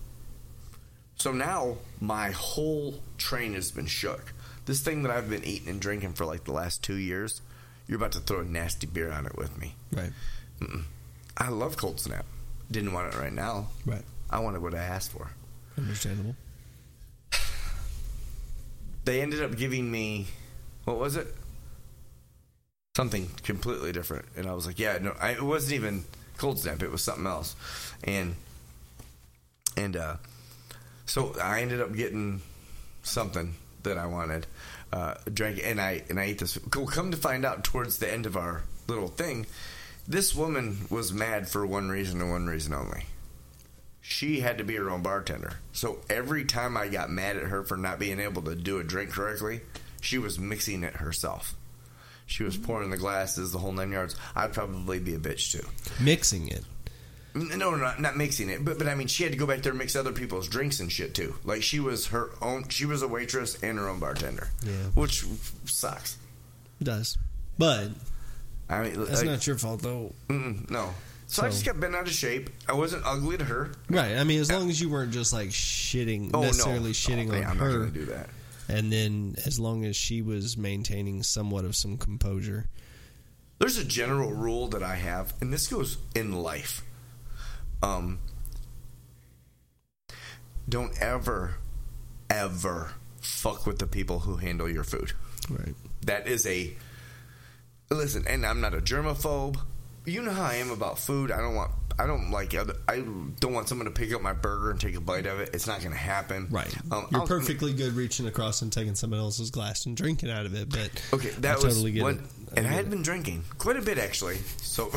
B: So now my whole train has been shook. This thing that I've been eating and drinking for like the last two years, you're about to throw a nasty beer on it with me.
C: Right.
B: I love cold snap. Didn't want it right now.
C: Right.
B: I wanted what I asked for.
C: Understandable.
B: They ended up giving me what was it? Something completely different. And I was like, yeah, no, I, it wasn't even cold snap. It was something else. And and uh, so I ended up getting something that I wanted. Uh, drank and I and I ate this. Well, Come to find out, towards the end of our little thing, this woman was mad for one reason and one reason only. She had to be her own bartender. So every time I got mad at her for not being able to do a drink correctly, she was mixing it herself. She
C: Mm-hmm.
B: was pouring the glasses, the whole nine yards. I'd probably be a bitch too.
C: Mixing it.
B: No, no, not, not mixing it. But but I mean, she had to go back there and mix other people's drinks and shit too. Like she was her own. She was a waitress and her own bartender.
C: Yeah.
B: which sucks.
C: does. But
B: I mean,
C: that's
B: like,
C: not your fault, though.
B: mm, no. So, I
C: So-
B: just got bent out of shape. I wasn't ugly to her.
C: Right. I mean, as long as you weren't just like shitting,
B: Oh
C: necessarily
B: no,
C: shitting
B: Oh,
C: on
B: man, I'm not
C: her.
B: gonna do that.
C: and then as long as she was maintaining somewhat of some composure.
B: There's a general rule that I have, and this goes in life. Um, don't ever, ever fuck with the people who handle your food.
C: Right.
B: That is a listen, and I'm not a germaphobe. You know how I am about food. I don't want. I don't like. Other, I don't want someone to pick up my burger and take a bite of it. It's not going to happen.
C: Right.
B: Um,
C: You're
B: I'll-
C: perfectly good reaching across and taking someone else's glass and drinking out of it, but
B: Okay, that
C: I
B: was
C: totally get
B: one,
C: it.
B: and I
C: get
B: had
C: it.
B: been drinking quite a bit actually. So (laughs)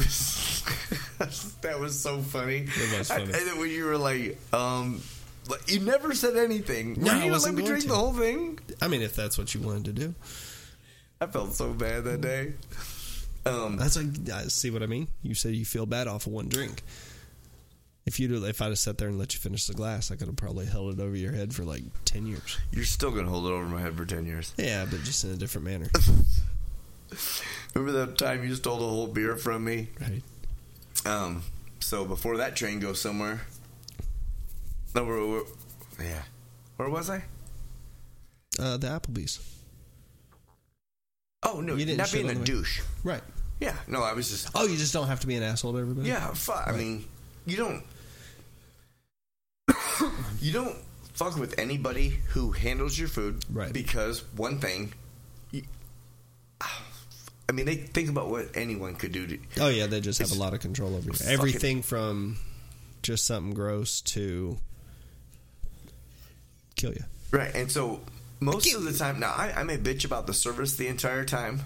B: that was so funny.
C: It was funny.
B: I, and then when you were like, um, like, you never said anything.
C: No,
B: Were
C: I
B: you gonna let
C: wasn't
B: me
C: going
B: drink
C: to.
B: the whole thing?
C: I mean, if that's what you wanted to do,
B: I felt so bad that day. Um,
C: that's like I see what I mean. You said you feel bad off of one drink. If you if I'd have sat there and let you finish the glass, I could have probably held it over your head for like ten years.
B: you're still gonna hold it over my head for ten years.
C: Yeah, but just in a
B: (laughs)
C: different manner.
B: Remember that time you stole the whole beer from me?
C: Right.
B: Um, so before that train goes somewhere, no, we're, we're, yeah, where was I?
C: Uh, the Applebee's.
B: Oh no,
C: You didn't
B: not
C: shit
B: being
C: on
B: a
C: the way.
B: douche.
C: Right.
B: Yeah, no, I was just
C: Oh, you just don't have to be an asshole to everybody.
B: Yeah, fu I
C: Right.
B: mean, you don't (coughs) you don't fuck with anybody who handles your food,
C: Right.
B: Because one thing, you, I mean, they think about what anyone could do. To,
C: Oh yeah, they just have
B: It's-
C: a lot of control over you.
B: Fucking-
C: everything from just something gross to kill you.
B: right, and so most of the time, now I, I'm a bitch about the service the entire time,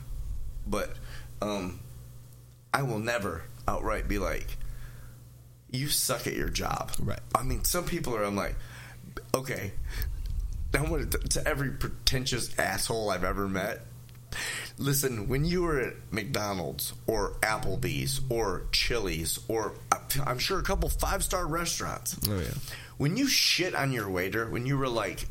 B: but um, I will never outright be like, "You suck at your job."
C: Right.
B: I mean, some people are. I'm like, okay. I wanted to, to every pretentious asshole I've ever met. Listen, when you were at McDonald's or Applebee's or Chili's or uh, I'm sure a couple five star restaurants.
C: Oh, yeah.
B: When you shit on your waiter, when you were like,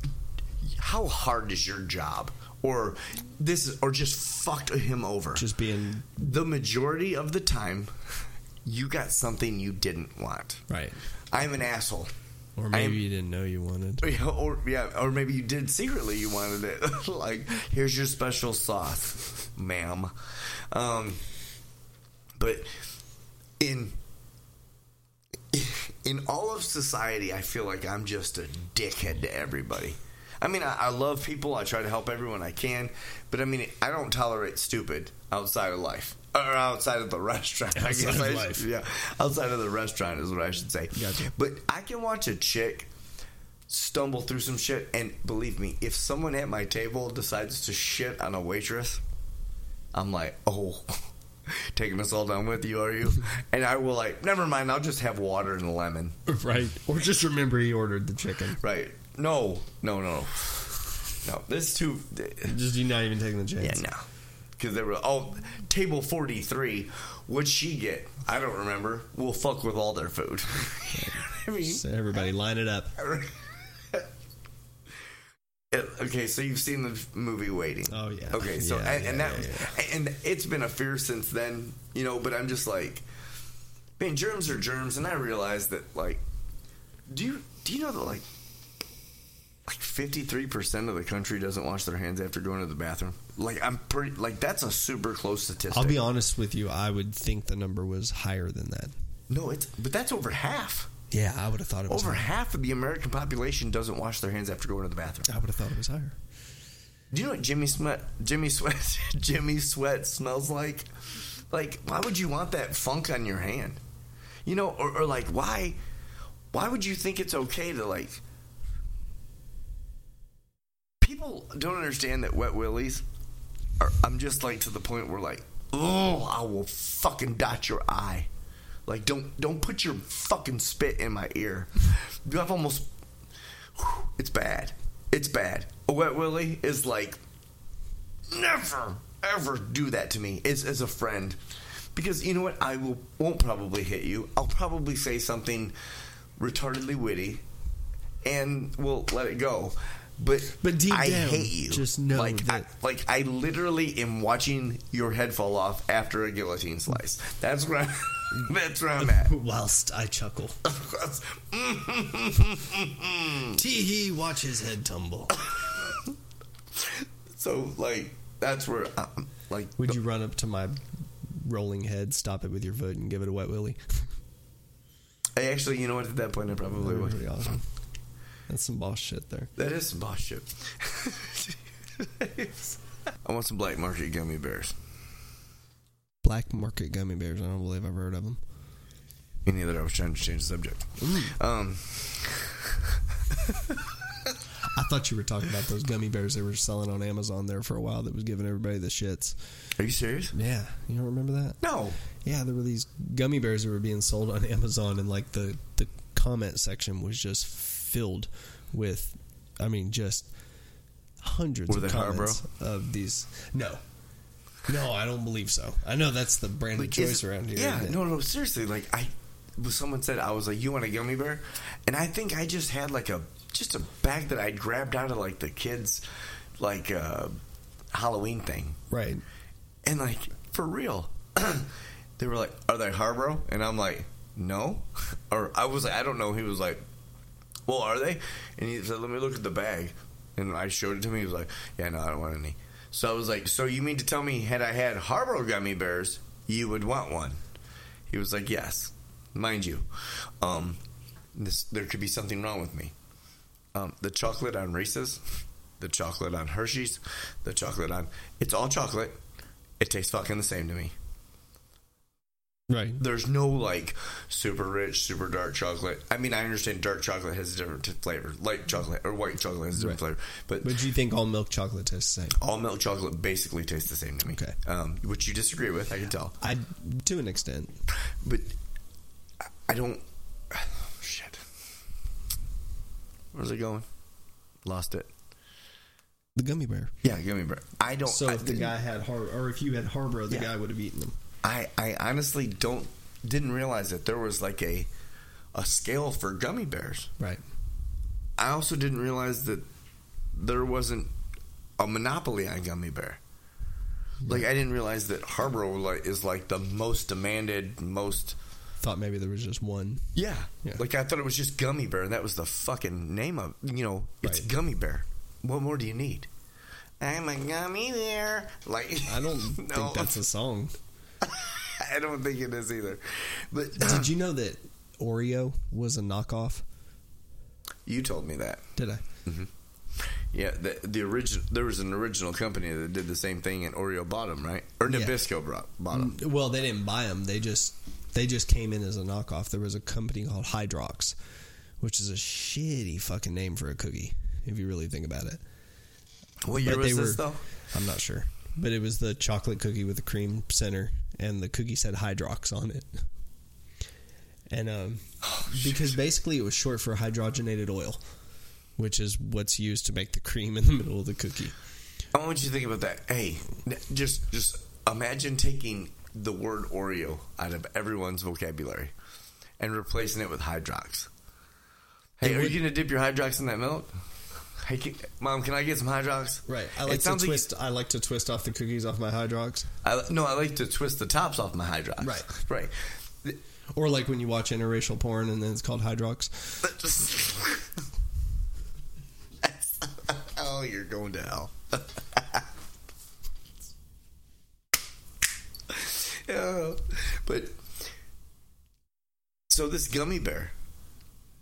B: "How hard is your job?" or this is, or just fucked him over.
C: Just being
B: the majority of the time, you got something you didn't want.
C: right,
B: I'm an asshole.
C: or
B: I am-
C: maybe you didn't know you wanted.
B: (laughs) Yeah, or yeah, or maybe you did secretly. You wanted it. (laughs) like, here's your special sauce, ma'am. Um, but in in all of society, I feel like I'm just a dickhead to everybody. I mean, I, I love people. I try to help everyone I can, but I mean, I don't tolerate stupid outside of life or outside of the restaurant. I
C: Outside
B: guess
C: of
B: I- (laughs)
C: life.
B: yeah, outside of the restaurant is what I should say.
C: Gotcha.
B: But I can watch a chick stumble through some shit, and believe me, if someone at my table decides to shit on a waitress, I'm like, oh, (laughs) taking us all down with you, are you? And I will like, never mind. I'll just have water and lemon.
C: (laughs) Right, or just remember he ordered the chicken.
B: Right? No, no, no, no. This is too.
C: Just you not even taking the
B: Yeah,
C: chance.
B: no. Because they were oh, table forty three. What'd she get? I don't remember. We'll fuck with all their food. (laughs) You know what I mean?
C: So everybody line it up.
B: (laughs) It- okay, so you've seen the movie Waiting.
C: Oh, yeah.
B: (laughs) Okay, so
C: Yeah,
B: and, and
C: yeah,
B: that
C: yeah,
B: and it's been a fear since then, you know. But I'm just like, man, germs are germs, and I realize that like, do you do you know that like, like 53 percent of the country doesn't wash their hands after going to the bathroom? Like I'm pretty like that's a super close statistic.
C: I'll be honest with you. I would think the number was higher than that.
B: No, it's but that's over half.
C: Yeah, I would have thought it was.
B: Over
C: higher.
B: half of the American population doesn't wash their hands after going to the bathroom.
C: I would have thought it was higher.
B: Do you know what Jimmy Sweat Jimmy Sweat (laughs) Jimmy Sweat smells like? Like, why would you want that funk on your hand? You know, or, or like why why would you think it's okay to like pee people don't understand that wet willies are. I'm just like to the point where like, oh, I will fucking dot your eye. Like, don't don't put your fucking spit in my ear. You have almost. whew, it's bad. It's bad. A wet willy is like, never ever do that to me. As as a friend, because you know what? I will won't probably hit you. I'll probably say something retardedly witty, and we'll let it go. But
C: But deep
B: I
C: down,
B: hate you.
C: just know
B: like
C: that-
B: I, like I literally am watching your head fall off after a guillotine slice. That's where I'm, (laughs) that's where I'm at.
C: (laughs) Whilst I chuckle, tee hee, watch his head tumble.
B: so like that's where I'm, like
C: Would you run up to my rolling head, stop it with your foot, and give it a wet willy?
B: I actually you know what at that point I probably
C: That'd be
B: would.
C: pretty awesome. That's some boss shit there.
B: That is some boss shit. (laughs) I want some black market gummy bears.
C: Black market gummy bears. I don't believe I've heard of them.
B: Me neither. I was trying to change the subject. Um,
C: I thought you were talking about those gummy bears they were selling on Amazon there for a while that was giving everybody the shits.
B: are you serious?
C: Yeah, you don't remember that?
B: No.
C: Yeah, there were these gummy bears that were being sold on (laughs) Amazon, and like the the comment section was just filled with, I mean, just hundreds
B: Were
C: of
B: they hard, bro?
C: comments of these. No, no, I don't believe so. I know that's the brand of
B: Like,
C: choice
B: is-
C: around here.
B: Yeah,
C: isn't it?
B: no, no, seriously. Like I, when someone said I was like, "You want a gummy bear?" and I think I just had like a just a bag that I grabbed out of like the kids, like uh, Halloween thing,
C: right?
B: and like for real, (clears throat) they were like, "Are they Harborough?" and I'm like, "No," (laughs) or I was like, "I don't know." He was like, "Well, are they?" and he said, "Let me look at the bag," and I showed it to him. He was like, "Yeah, no, I don't want any." So I was like, "So you mean to tell me had I had Harborough gummy bears, you would want one?" He was like, "Yes, mind you, um, this there could be something wrong with me." um, the chocolate on Reese's, the chocolate on Hershey's, the chocolate on. It's all chocolate. It tastes fucking the same to me.
C: Right.
B: There's no like super rich, super dark chocolate. I mean, I understand dark chocolate has a different t- flavor. Light chocolate or white chocolate has a different
C: Right.
B: flavor. But,
C: But you think all milk chocolate tastes the same?
B: all milk chocolate basically tastes the same to me.
C: Okay.
B: Um, which you disagree with, I can tell.
C: I, to an extent,
B: But I- I don't. (sighs) shit. Where's it going? Lost it.
C: the gummy bear.
B: Yeah, give me a break. I don't.
C: So
B: I,
C: if the guy had Harbor, or if you had Harborough, the
B: Yeah.
C: guy would have eaten them.
B: I, I honestly don't didn't realize that there was like a a scale for gummy bears.
C: Right.
B: I also didn't realize that there wasn't a monopoly on gummy bear. Like I didn't realize that Harborough like, is like the most demanded, most
C: Thought maybe there was just one.
B: yeah.
C: Yeah.
B: Like I thought it was just gummy bear, and that was the fucking name of you know it's
C: Right.
B: gummy bear. What more do you need? I'm a gummy bear. Like
C: I
B: (laughs)
C: don't
B: no,
C: think that's a song.
B: I don't think it is either. But
C: Did you know that Oreo was a knockoff?
B: you told me that.
C: Did I?
B: Yeah, the, the original there was an original company that did the same thing in Oreo Bottom, right? Or
C: Yeah.
B: Nabisco bro- Bottom.
C: Mm, Well, they didn't buy them. They just they just came in as a knockoff. There was a company called Hydrox, which is a shitty fucking name for a cookie if you really think about it.
B: What year
C: But
B: was
C: Mm. they
B: this
C: were-
B: though?
C: I'm not sure, but it was the chocolate cookie with the cream center, and the cookie said Hydrox on it. And um, (sighs) because basically it was short for hydrogenated oil, which is what's used to make the cream in the middle of the cookie.
B: I want you to think about that. Hey, n- just just imagine taking the word Oreo out of everyone's vocabulary and replacing it with Hydrox. Hey,
C: It
B: are
C: would-
B: you gonna dip your Hydrox in that milk? Hey, can, mom, can I get some Hydrox?
C: Right. I like
B: it
C: to
B: sounds
C: twist. I like to twist off the cookies off my Hydrox,
B: like I, no. I like to twist the tops off my Hydrox.
C: Right.
B: right. Th-
C: or like when you watch interracial porn and then it's called Hydrox.
B: That just- (laughs) oh, you're going to hell. (laughs) yeah, but so this gummy bear,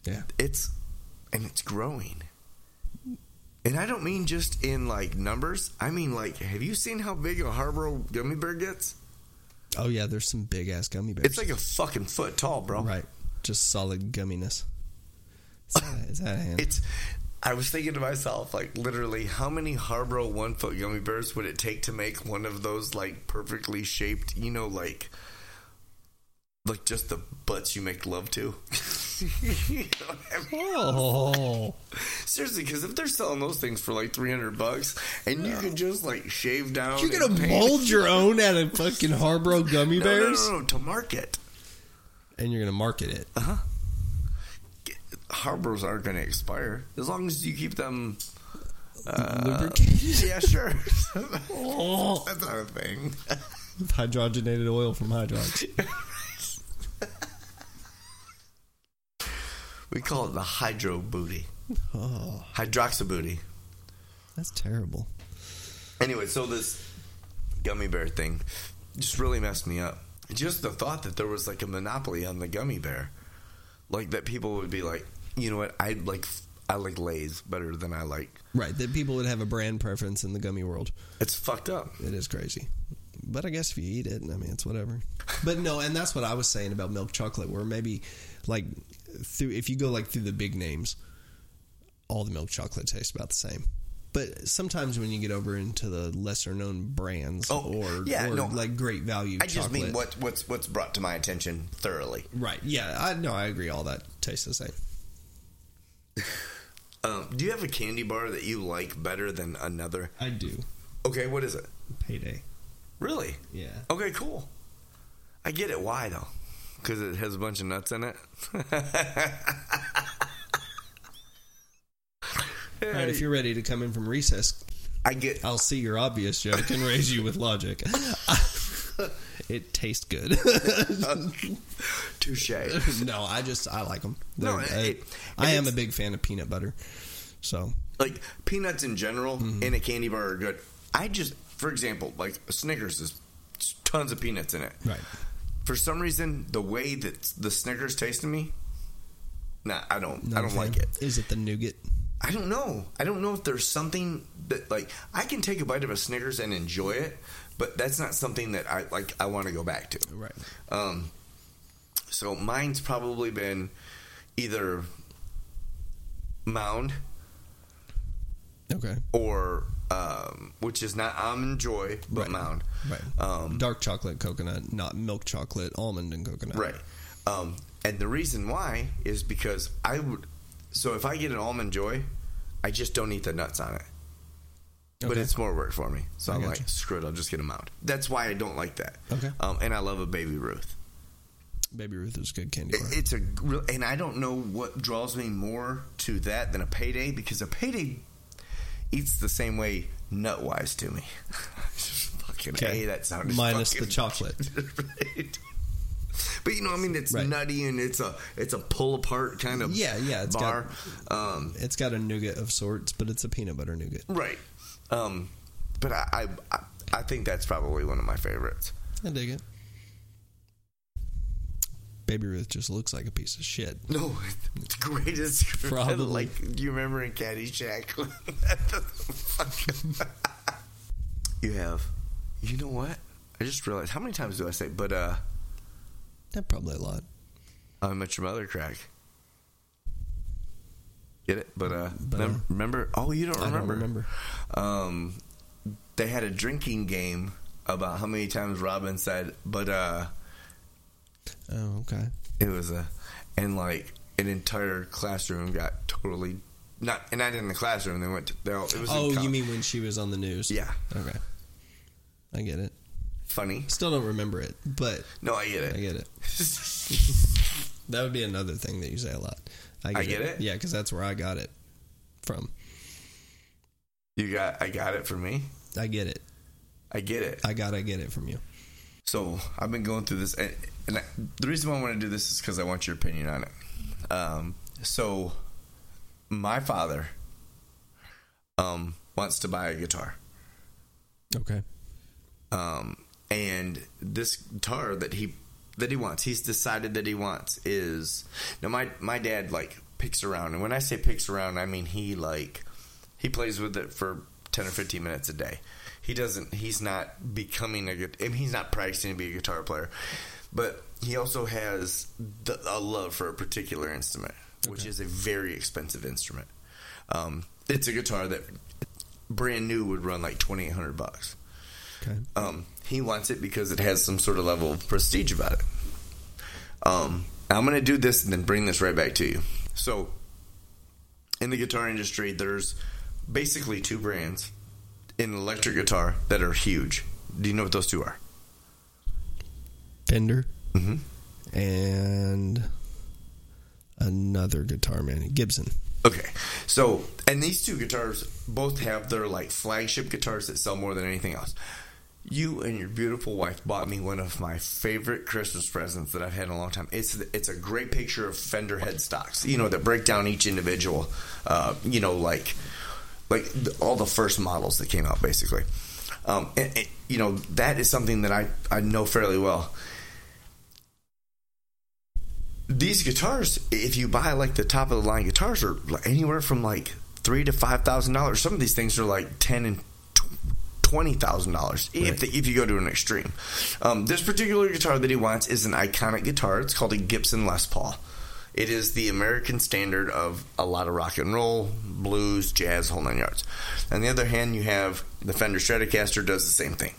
C: Yeah.
B: it's and it's growing. And I don't mean just in like numbers. I mean like, have you seen how big a Harborough gummy bear gets?
C: Oh yeah, there's some big ass gummy bears.
B: It's like a fucking foot tall, bro.
C: right, just solid gumminess. Is that, is that a hand?
B: It's I was thinking to myself, like, literally, how many Harbro one foot gummy bears would it take to make one of those, like, perfectly shaped, you know, like, like just the butts you make love to? (laughs) You know what I mean?
C: Oh,
B: Seriously, because if they're selling those things for like 300 bucks and you can just, like, shave down.
C: you're
B: and
C: gonna
B: paint-
C: mold your own out of fucking Harbro
B: (laughs)
C: gummy
B: No, no,
C: bears,
B: no, no, to market.
C: and you're gonna market it.
B: Harbors aren't going to expire as long as you keep them. Uh,
C: Lubricated (laughs)
B: Yeah, (laughs) sure.
C: Oh.
B: That's not a thing.
C: with hydrogenated oil from
B: (laughs)
C: hydrox.
B: We call it the hydro booty,
C: Oh,
B: hydroxa booty.
C: that's terrible.
B: Anyway, so this gummy bear thing just really messed me up. Just the thought that there was like a monopoly on the gummy bear, like that people would be like, you know what? I like I like Lay's better than I like.
C: Right, that people would have a brand preference in the gummy world.
B: It's fucked up.
C: It is crazy. But I guess if you eat it, I mean, it's whatever. But no, and that's what I was saying about milk chocolate, where maybe like through if you go like through the big names, all the milk chocolate tastes about the same. But sometimes when you get over into the lesser known brands
B: Oh,
C: or,
B: yeah,
C: or
B: no.
C: like great value
B: I just
C: chocolate,
B: mean what what's what's brought to my attention thoroughly.
C: right? Yeah, I no, I agree. All that tastes the same.
B: Um, do you have a candy bar that you like better than another?
C: I do
B: Okay, what is it?
C: payday.
B: Really?
C: Yeah,
B: Okay, cool. I get it. Why though? Because it has a bunch of nuts in it. (laughs)
C: All right, if you're ready to come in from recess,
B: I get.
C: I'll see your obvious joke and raise you
B: (laughs)
C: with logic. it tastes good. (laughs)
B: Touche.
C: no, I just I like them.
B: No,
C: They're-
B: it-
C: I,
B: it-
C: I am a
B: it's-
C: big fan of peanut butter. So
B: Like peanuts in general in a candy bar are good. I just, for example, like Snickers is tons of peanuts in it.
C: right,
B: For some reason, the way that the Snickers taste to me, nah, I don't. I don't like it.
C: Is it the nougat?
B: I don't know. I don't know if there's something that like I can take a bite of a Snickers and enjoy it, but that's not something that I like. I want to go back to.
C: Right.
B: Um, so mine's probably been either Mound
C: Okay.
B: or um, which is not almond joy, but
C: Right.
B: Mound.
C: Right.
B: Um,
C: Dark chocolate coconut, not milk chocolate, almond and coconut.
B: Right. Um, and the reason why is because I would. So if I get an almond joy, I just don't eat the nuts on it. But
C: Okay.
B: it's more work for me, so
C: I
B: I'm
C: gotcha.
B: like, screw it. I'll just get them out. That's why I don't like that.
C: Okay.
B: Um, and I love a baby Ruth.
C: Baby Ruth is good candy
B: It-
C: bar.
B: It's a real- and I don't know what draws me more to that than a payday because a payday eats the same way nut wise to me. (laughs) fucking
C: Okay.
B: a that sounded
C: Minus
B: fucking-
C: the chocolate.
B: (laughs) Right. But you know, I mean, it's
C: Right.
B: nutty and it's a it's a pull apart kind of
C: Yeah, yeah, it's
B: bar. um,
C: It's got a nougat of sorts, but it's a peanut butter nougat.
B: right. Um, but I, I I- I think that's probably one of my favorites.
C: I dig it. Baby Ruth just looks like a piece of shit.
B: No, the greatest. (laughs)
C: Probably.
B: like do you remember in Caddyshack. (laughs) when the fucking- (laughs) you have. You know what? I just realized how many times do I say? But uh, oh,
C: Yeah, probably a lot.
B: I met your mother, crack. Get it? But uh,
C: But,
B: mem-
C: uh,
B: remember? Oh, you don't
C: I don't
B: remember.
C: remember.
B: Um, they had a drinking game about how many times Robin said, but uh,
C: Oh, okay.
B: it was a, and like an entire classroom got totally not, and not in the classroom. They went. To, they all, it was. in
C: Oh,
B: col-
C: you mean when she was on the news?
B: Yeah.
C: Okay. I get it.
B: Funny.
C: Still don't remember it, but
B: No, I get it. (laughs)
C: I get it. That would be another thing that you say a lot.
B: I get it?
C: Yeah, because that's where I got it from.
B: you got. I got it for me.
C: I get it.
B: I get it.
C: I got I get it from you.
B: So I've been going through this, and, and I, the reason why I want to do this is because I want your opinion on it. Um, so my father um, wants to buy a guitar,
C: Okay.
B: um, and this guitar that he that he wants, he's decided that he wants is now my my dad like picks around, and when I say picks around, I mean he like he plays with it for ten or fifteen minutes a day. He doesn't. He's not becoming a good. I mean, he's not practicing to be a guitar player, but he also has the, a love for a particular instrument, which is a very expensive instrument. Um, it's a guitar that brand new would run like twenty eight hundred bucks.
C: Okay.
B: Um, he wants it because it has some sort of level of prestige about it. Um, I'm going to do this and then bring this right back to you. So, in the guitar industry, there's basically two brands in electric guitar that are huge. Do you know what those two are?
C: Fender
B: Mm-hmm.
C: and another guitar man, Gibson.
B: Okay, so and these two guitars both have their like flagship guitars that sell more than anything else. You and your beautiful wife bought me one of my favorite Christmas presents that I've had in a long time. It's it's a great picture of Fender headstocks, you know, that break down each individual, uh, you know, like like th- all the first models that came out, basically. Um, and, and, you know, that is something that I I know fairly well these guitars, if you buy like the top of the line guitars, are like, anywhere from like three to five thousand dollars. Some of these things are like ten and twenty thousand dollars if the, if you go to an extreme. Um, this particular guitar that he wants is an iconic guitar. It's called a Gibson Les Paul. It is the American standard of a lot of rock and roll, blues, jazz, whole nine yards. On the other hand, you have the Fender Stratocaster does the same thing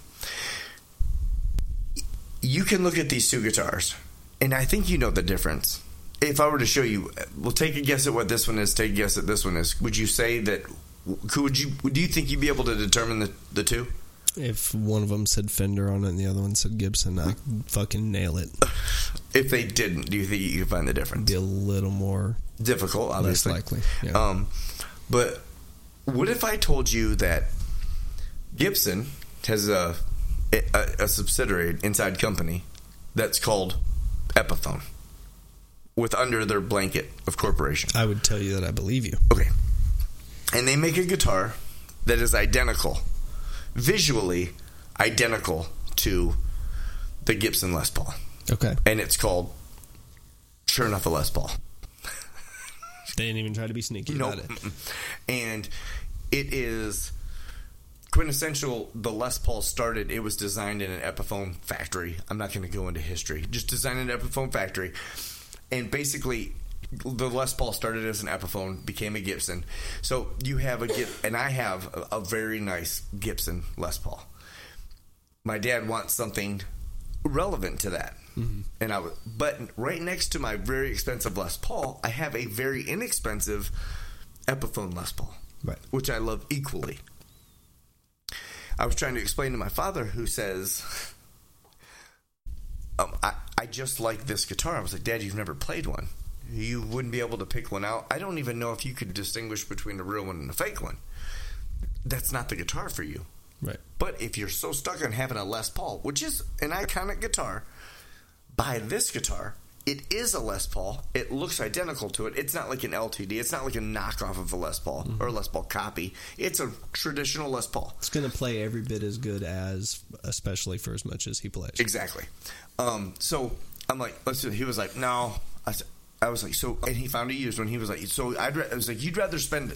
B: you can look at these two guitars, and I think you know the difference. If I were to show you, well, take a guess at what this one is. Take a guess at this one is. Would you say that? Could you? Do you think you'd be able to determine the the two?
C: If one of them said Fender on it and the other one said Gibson, I could fucking nail it.
B: If they didn't, do you think you could find the difference?
C: Be a little more
B: Difficult, obviously.
C: less likely. Yeah.
B: Um, but what if I told you that Gibson has a a, a subsidiary inside company that's called Epiphone, with under their blanket of corporation.
C: I would tell you that I believe you.
B: Okay. And they make a guitar that is identical, visually identical to the Gibson Les Paul.
C: Okay.
B: And it's called, sure enough, a Les Paul.
C: They didn't even try to be sneaky
B: Nope.
C: about it.
B: Mm-mm. And it is quintessential. The Les Paul started. It was designed in an Epiphone factory. I'm not going to go into history. Just designed in an Epiphone factory, and basically. The Les Paul started as an Epiphone, became a Gibson. So you have a Gib, and I have a, a very nice Gibson Les Paul. My dad wants something relevant to that, and I was. But right next to my very expensive Les Paul, I have a very inexpensive Epiphone Les Paul,
C: Right.
B: which I love equally. I was trying to explain to my father, who says, um, I, I just like this guitar. I was like, Dad, you've never played one. You wouldn't be able to pick one out. I don't even know if you could distinguish between a real one and a fake one. That's not the guitar for you.
C: Right.
B: But if you're so stuck on having a Les Paul, which is an iconic guitar, buy this guitar. It is a Les Paul. It looks identical to it. It's not like an LTD. It's not like a knockoff of a Les Paul or a Les Paul copy. It's a traditional Les Paul.
C: It's going to play every bit as good as, especially for as much as he plays.
B: Exactly. Um, so I'm like, let's. do- He was like, no. I, s- I was like, so, and he found a used one. He was like, so I'd. Ra- I was like, you'd rather spend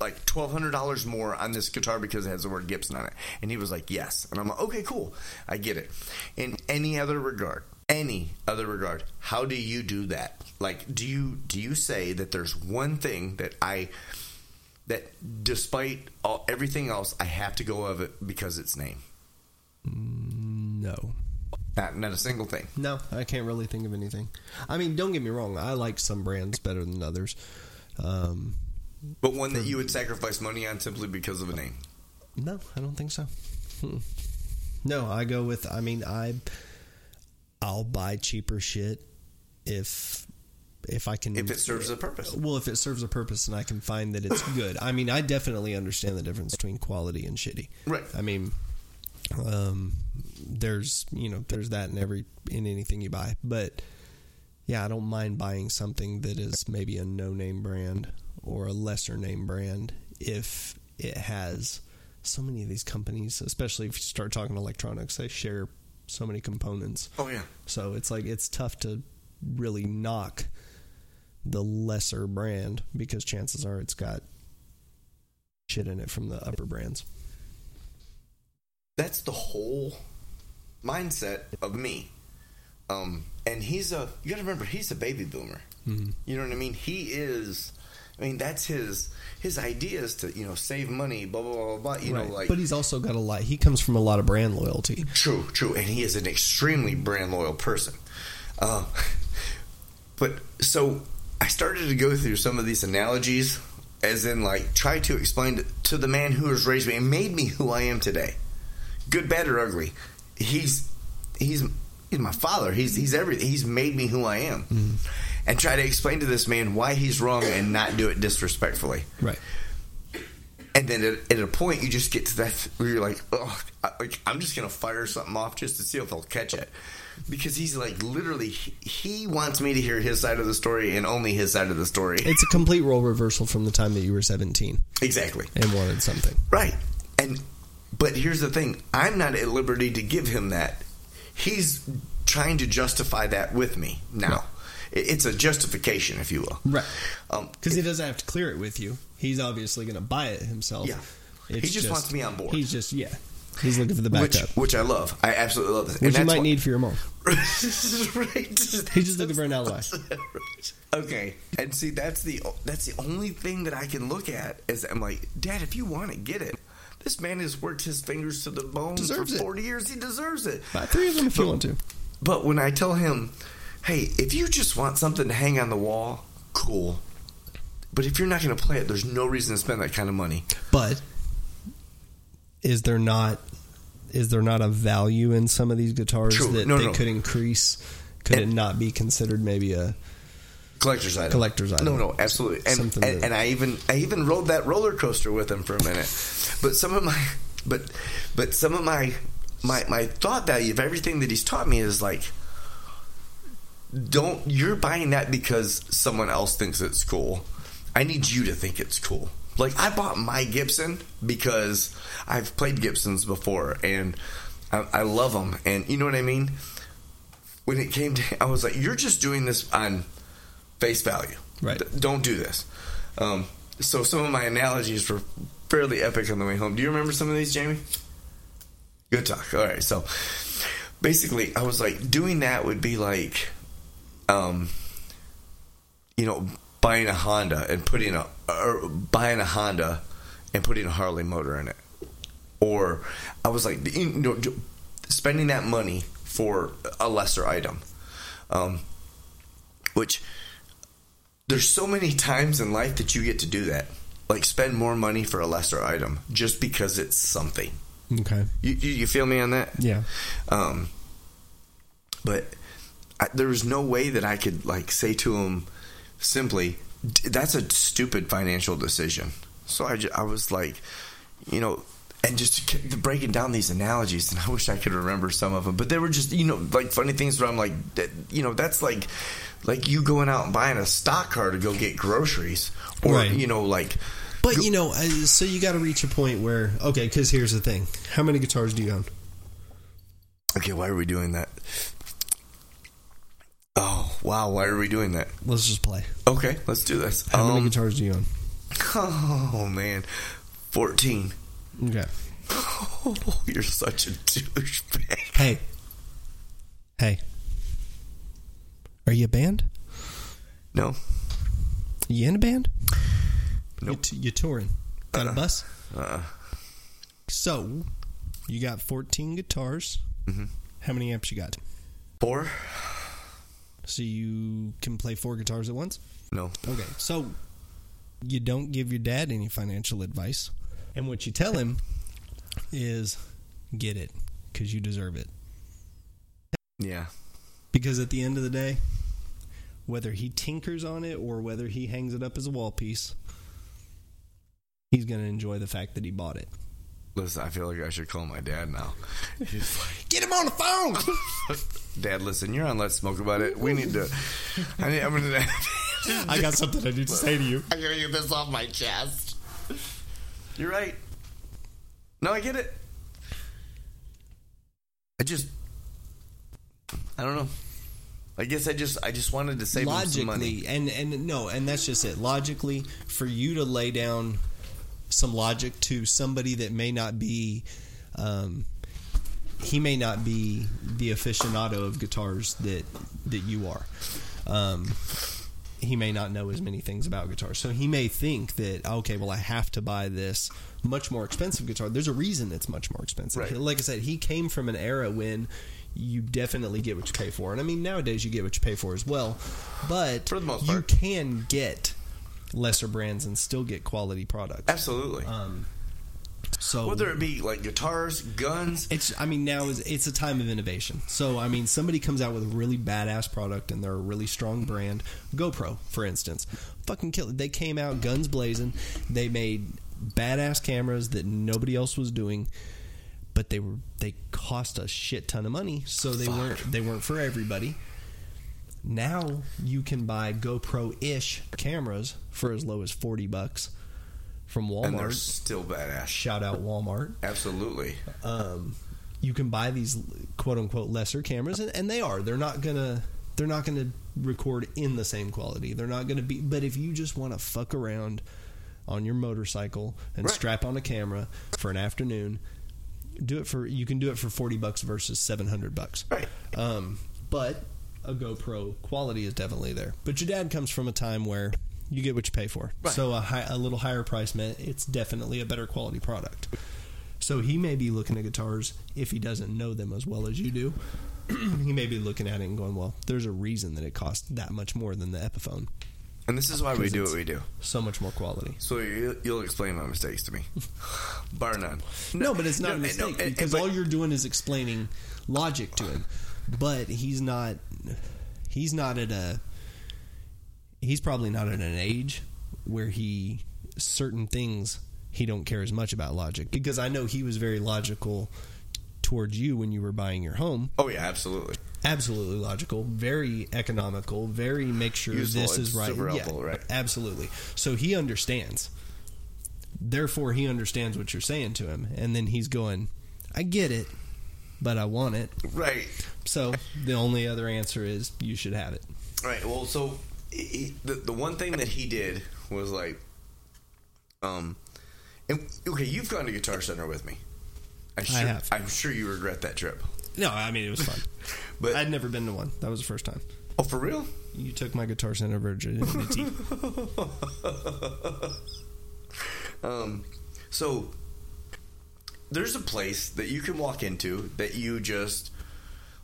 B: like twelve hundred dollars more on this guitar because it has the word Gibson on it. And he was like, yes. And I'm like, okay, cool. I get it. In any other regard, any other regard, how do you do that? Like, do you do you say that there's one thing that I that despite all, everything else, I have to go of it because its name?
C: No.
B: Not not a single thing.
C: No, I can't really think of anything. I mean, don't get me wrong. I like some brands better than others. Um,
B: But one that you would sacrifice money on simply because of a name.
C: no, I don't think so. Mm-mm. No, I go with. I mean, I I'll buy cheaper shit if if I can
B: If it serves a purpose.
C: well if it serves a purpose and I can find that it's good. I mean, I definitely understand the difference between quality and shitty.
B: Right.
C: I mean, um, there's you know there's that in every in anything you buy, but yeah, I don't mind buying something that is maybe a no name brand or a lesser name brand if it has so many of these companies, especially if you start talking electronics, they share so many components.
B: Oh yeah.
C: So it's like it's tough to really knock the lesser brand because chances are it's got shit in it from the upper brands.
B: That's the whole mindset of me.
C: Mm-hmm.
B: Um, and he's a you got to remember he's a baby boomer. You know what I mean? He is I mean, that's his his idea is to you know save money, blah blah blah blah. You
C: right.
B: know, like
C: but he's also got a lot. He comes from a lot of brand loyalty.
B: True, true, and he is an extremely brand loyal person. Uh, (laughs) but so I started to go through some of these analogies, as in like try to explain to, to the man who has raised me and made me who I am today, good, bad, or ugly. He's he's he's my father. He's he's everything. He's made me who I am, and try to explain to this man why he's wrong and not do it disrespectfully.
C: Right.
B: And then at, at a point, you just get to that where you're like, oh, I, like, I'm just going to fire something off just to see if they'll catch it. Because he's like, literally, he, he wants me to hear his side of the story and only his side of the story.
C: It's a complete role reversal from the time that you were 17
B: exactly.
C: and wanted something.
B: Right. And, but here's the thing I'm not at liberty to give him that. He's trying to justify that with me now. It It's a justification, if you will.
C: Right.
B: Um,
C: Because he doesn't have to clear it with you. He's obviously going to buy it himself.
B: Yeah. He just wants me on board.
C: He's just, yeah. He's looking for the backup.
B: which,
C: Which,
B: which I love. I absolutely love this. And
C: you
B: that's
C: might
B: why-
C: need for your mom.
B: right.
C: He's just looking for an alibi.
B: okay, and see that's the that's the only thing that I can look at is I'm like, Dad, if you want it, get it. This man has worked his fingers to the bone
C: Deserves
B: for
C: it.
B: 40 years. He deserves it.
C: Buy three of them if you want to.
B: But when I tell him, hey, if you just want something to hang on the wall, cool. But if you're not going to play it, there's no reason to spend that kind of money.
C: But is there not is there not a value in some of these guitars
B: True.
C: that
B: No,
C: they
B: no.
C: could increase? Could it
B: And-
C: not be considered maybe a
B: collector's item.
C: Collector's item.
B: No, no, absolutely. And
C: Something
B: and,
C: that-
B: and I even I even rode that roller coaster with him for a minute. But some of my but but some of my my my thought value of everything that he's taught me is like don't you're buying that because someone else thinks it's cool. I need you to think it's cool. Like I bought my Gibson because I've played Gibsons before and I, I love them and you know what I mean. When it came to, I was like, "You're just doing this on face value.
C: Right.
B: Th- don't do this. Um, so some of my analogies were fairly epic on the way home. Do you remember some of these, Jamie? Good talk. All right. So basically, I was like, doing that would be like, um, you know, buying a Honda and putting a or buying a Honda and putting a Harley motor in it, or I was like, you know, spending that money for a lesser item. Um, which there's so many times in life that you get to do that like spend more money for a lesser item just because it's something
C: okay?
B: you, you, you feel me on that
C: Yeah,
B: um but I, there was no way that i could like say to him simply "D- that's a stupid financial decision so i, ju- I was like you know and just kept breaking down these analogies and i wish i could remember some of them but they were just you know like funny things where i'm like that, you know that's like like you going out and buying a stock car to go get groceries or
C: Right.
B: you know like
C: but you know, I- so you got to reach a point where okay. Because here's the thing: how many guitars do you own?
B: okay why are we doing that oh wow why are we doing that
C: Let's just play.
B: Okay, let's do this.
C: How many
B: Um,
C: guitars do you own?
B: (laughs) oh man, fourteen. (laughs)
C: Okay.
B: Oh, you're such a douchebag.
C: Hey. Hey. Are you a band?
B: No,
C: you in a band?
B: Nope.
C: You, t- you touring? Got a
B: Uh-uh.
C: bus?
B: uh,
C: So, you got 14 guitars.
B: Mm-hmm.
C: How many amps you got?
B: four.
C: So you can play four guitars at once?
B: No,
C: Okay. So you don't give your dad any financial advice. And what you tell him is get it cuz you deserve it.
B: yeah,
C: Because at the end of the day, whether he tinkers on it or whether he hangs it up as a wall piece, he's going to enjoy the fact that he bought it.
B: listen, I feel like I should call my dad now. He's like,
C: Get him on the phone.
B: (laughs) Dad, listen, you're on. Let's smoke about it. We need to. I need, I'm gonna. (laughs)
C: I got something I need to say to you.
B: I gotta get this off my chest. You're right. No, I get it. I just, I don't know. I guess I just, I just wanted to save him some money.
C: Logically, and and no, and that's just it. Logically, for you to lay down some logic to somebody that may not be, um, he may not be the aficionado of guitars that that you are. Um, he may not know as many things about guitars. So he may think that okay, well, I have to buy this much more expensive guitar. There's a reason it's much more expensive.
B: Right.
C: Like I said, he came from an era when you definitely get what you pay for, and I mean nowadays you get what you pay for as well. But
B: For the most
C: you
B: part.
C: can get lesser brands and still get quality products.
B: Absolutely.
C: Um, so
B: Whether it be like guitars, guns,
C: it's I mean now is it's a time of innovation. So I mean somebody comes out with a really badass product and they're a really strong brand. GoPro, for instance, fucking kill it. They came out guns blazing. They made badass cameras that nobody else was doing, but they were they cost a shit ton of money. So they
B: Fuck.
C: weren't they weren't for everybody. Now you can buy GoPro ish cameras for as low as forty bucks from
B: and they're
C: Walmart.
B: still badass.
C: Shout out Walmart
B: Absolutely.
C: um, you can buy these quote unquote lesser cameras and, and they are they're not gonna they're not gonna record in the same quality they're not gonna be but if you just want to fuck around on your motorcycle and
B: Right.
C: strap on a camera for an afternoon do it for you can do it for 40 bucks versus 700 bucks
B: Right.
C: um, but a GoPro quality is definitely there. But your dad comes from a time where you get what you pay for.
B: Right.
C: So a, high, a little higher price meant it's definitely a better quality product. So he may be looking at guitars if he doesn't know them as well as you do. (clears throat) he may be looking at it and going, "Well, there's a reason that it costs that much more than the Epiphone.
B: And this is why Oh, we do what we do.
C: So much more quality."
B: So you, you'll explain my mistakes
C: (laughs)
B: to me, bar none.
C: No, but it's not
B: no,
C: a mistake
B: no, and-
C: because
B: but-
C: all you're doing is explaining logic to him. But he's not. He's not at a. He's probably not at an age where he certain things he don't care as much about logic because I know he was very logical towards you when you were buying your home.
B: Oh yeah, absolutely.
C: Absolutely logical, very economical, very make sure
B: Useful,
C: this
B: it's
C: is right.
B: super helpful, right.
C: Absolutely. So he understands. Therefore, he understands what you're saying to him, and then he's going, "I get it, but I want it."
B: Right,
C: So the only other answer is you should have it.
B: right. Well, so he, the the one thing that he did was like, um, and okay, you've gone to Guitar Center with me. I, sure,
C: have.
B: I'm sure you regret that trip,
C: No, I mean it was fun.
B: (laughs) but
C: I'd never been to one. That was the first time.
B: oh, for real?
C: You took my guitar center virginity.
B: (laughs) Um, so there's a place that you can walk into that you just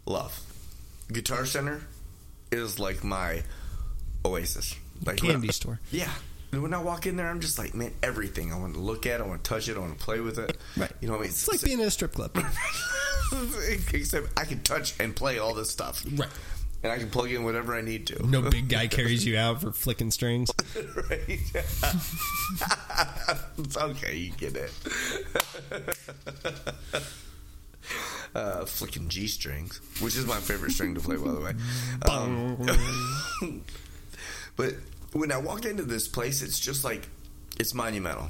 B: love. Guitar Center is like my oasis, like when-
C: Candy store.
B: Yeah. And When I walk in there, I'm just like, man, everything. I want to look at, I want to touch it, I want to play with it.
C: (laughs) Right.
B: You know what I mean?
C: It's like being at a strip club.
B: (laughs) Except I can touch and play all this stuff.
C: Right.
B: And I can plug in whatever I need to.
C: No big guy carries you out for flicking
B: (laughs)
C: strings.
B: right? (laughs) it's okay, you get it. (laughs) uh, flicking G strings, which is my favorite string to play, by the way. Um, (laughs) but when I walk into this place, it's just like it's monumental.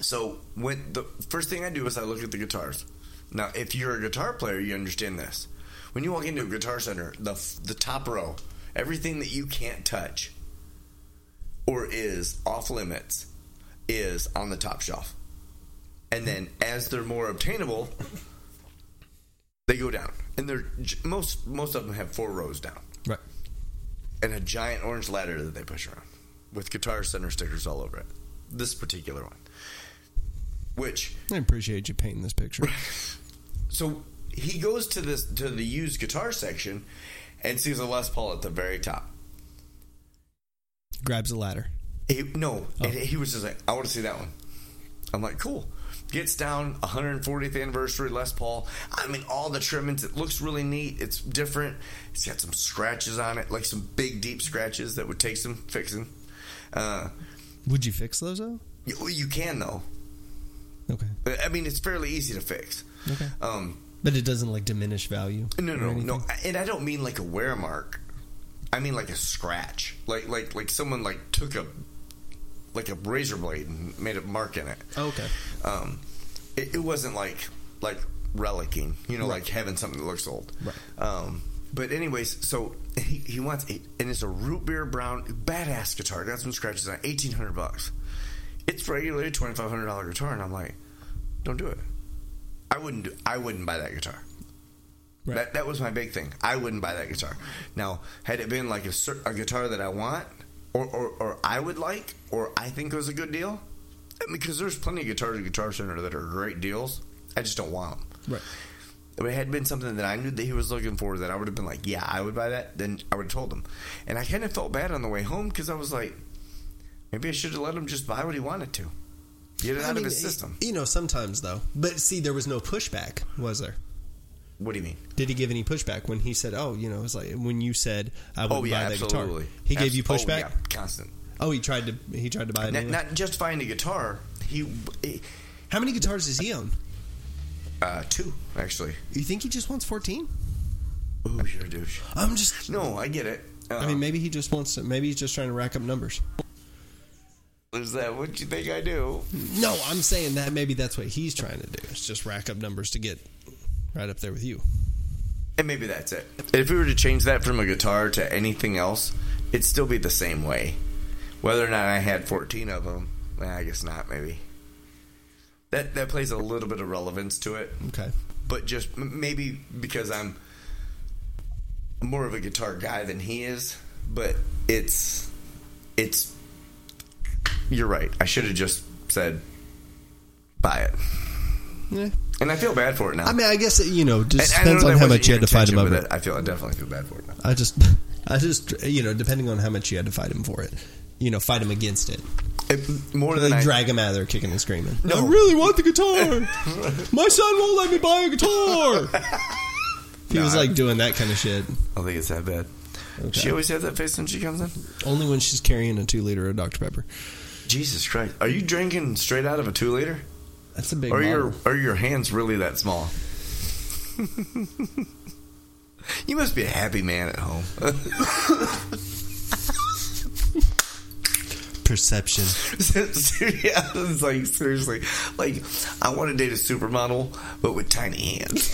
B: So when the first thing I do is I look at the guitars. Now, if you're a guitar player, you understand this. When you walk into a guitar center, the f- the top row, everything that you can't touch or is off limits is on the top shelf. And then as they're more obtainable, they go down. And they're j- most most of them have four rows down
C: Right.
B: and a giant orange ladder that they push around with guitar center stickers all over it. This particular one. Which
C: I appreciate you painting this picture.
B: so he goes to this to the used guitar section and sees a Les Paul at the very top.
C: Grabs a ladder.
B: He, no, and he was just like, I want to see that one. I'm like, cool. Gets down 140th anniversary Les Paul. I mean, all the trimmings. It looks really neat. It's different. It's got some scratches on it, like some big deep scratches that would take some fixing. Uh,
C: Would you fix those though?
B: you, you can though.
C: Okay.
B: I mean, it's fairly easy to fix.
C: Okay.
B: Um,
C: But it doesn't like diminish value.
B: no,
C: or
B: no,
C: anything?
B: no, and I don't mean like a wear mark. I mean like a scratch, like like like someone like took a like a razor blade and made a mark in it.
C: Oh, okay.
B: um, it, it wasn't like like relicking, you know, like having something that looks old.
C: Right.
B: Um, but anyways, so he, he wants a, and it's a root beer brown badass guitar. Got some scratches on eighteen hundred bucks. It's regularly twenty five hundred dollar guitar, and I'm like, don't do it. I wouldn't do. I wouldn't buy that guitar.
C: Right.
B: That, that was my big thing. I wouldn't buy that guitar. Now, had it been like a, cer- a guitar that I want, or, or, or I would like, or I think was a good deal. Because there's plenty of guitars at Guitar Center that are great deals. I just don't want them.
C: Right.
B: If it had been something that I knew that he was looking for, that I would have been like, yeah, I would buy that, then I would have told him. And I kind of felt bad on the way home because I was like, maybe I should have let him just buy what he wanted to. Get it
C: I
B: out
C: mean,
B: of his
C: y-
B: system.
C: You know, sometimes though. But see, there was no pushback, was there?
B: What do you mean?
C: Did he give any pushback when he said, "Oh, you know," it's like when you said, "I would
B: Oh, yeah,
C: buy that
B: absolutely.
C: guitar." He gave
B: Abs-
C: you
B: oh,
C: pushback.
B: yeah, constant.
C: Oh, he tried to he tried to buy it.
B: Not,
C: anyway.
B: not just finding a guitar, he, he
C: How many guitars does he own?
B: uh, two, actually.
C: You think he just wants fourteen?
B: Ooh, you're a douche.
C: I'm just.
B: No, I get it. Uh,
C: I mean, maybe he just wants to. Maybe he's just trying to rack up numbers.
B: is that what you think I do?
C: No, I'm saying that maybe that's what he's trying to do. It's just rack up numbers to get right up there with you.
B: And maybe that's it. If we were to change that from a guitar to anything else, it'd still be the same way. Whether or not I had 14 of them, eh, I guess not, maybe. That, that plays a little bit of relevance to it,
C: Okay.
B: but just m- maybe because I'm more of a guitar guy than he is, but it's. It's. You're right. I should have just said, buy it.
C: Yeah.
B: And I feel bad for it now.
C: I mean, I guess it, you know, just
B: And I know
C: depends
B: that
C: on how
B: wasn't
C: much you
B: your
C: had to fight him
B: intention,
C: over
B: but
C: it.
B: I feel I definitely feel bad for it now.
C: I just, (laughs) I just, you know, depending on how much you had to fight him for it, you know, fight him against it.
B: It, more
C: They
B: than I,
C: drag him out of there kicking and screaming.
B: No.
C: I really want the guitar. (laughs) My son won't let me buy
B: (laughs)
C: a guitar. he was like doing that kind of shit.
B: I don't think it's that bad.
C: Okay.
B: She always has that face when she comes in.
C: Only when she's carrying a two liter of Dr Pepper.
B: Jesus Christ, are you drinking straight out of a two liter?
C: That's a big.
B: Are
C: model.
B: your are your hands really that small? you must be a happy man at home. (laughs)
C: perception? (laughs)
B: yeah, it's like seriously, like I want to date a supermodel, but with tiny hands.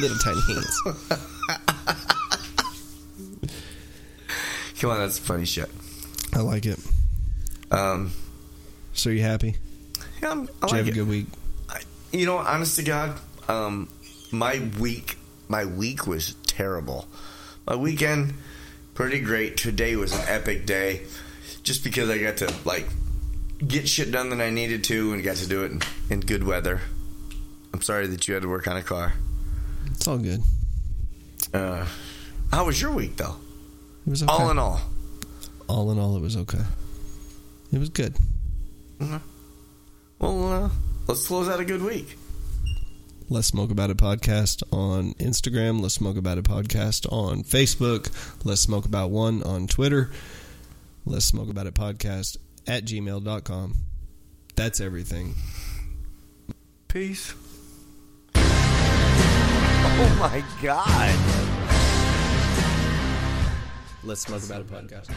C: Little tiny hands.
B: Come on, that's funny shit.
C: I like it.
B: Um,
C: So you happy?
B: yeah, I'm, I
C: Did you
B: like
C: have a
B: it.
C: good week?
B: I- you know, honest to God, um, my week my week was terrible. My weekend pretty great. Today was an epic day, just because I got to like get shit done that I needed to, and got to do it in, in good weather. I'm sorry that you had to work on a car.
C: It's all good.
B: Uh, how was your week though?
C: It was okay.
B: All in all,
C: all in all, it was okay. It was good.
B: well, uh, let's close out a good week.
C: Let's Smoke About It podcast on Instagram. Let's Smoke About It podcast on Facebook. Let's Smoke About One on Twitter. Let's Smoke About It podcast at gmail.com. That's everything.
B: Peace. Oh my God.
C: Let's Smoke About It podcast.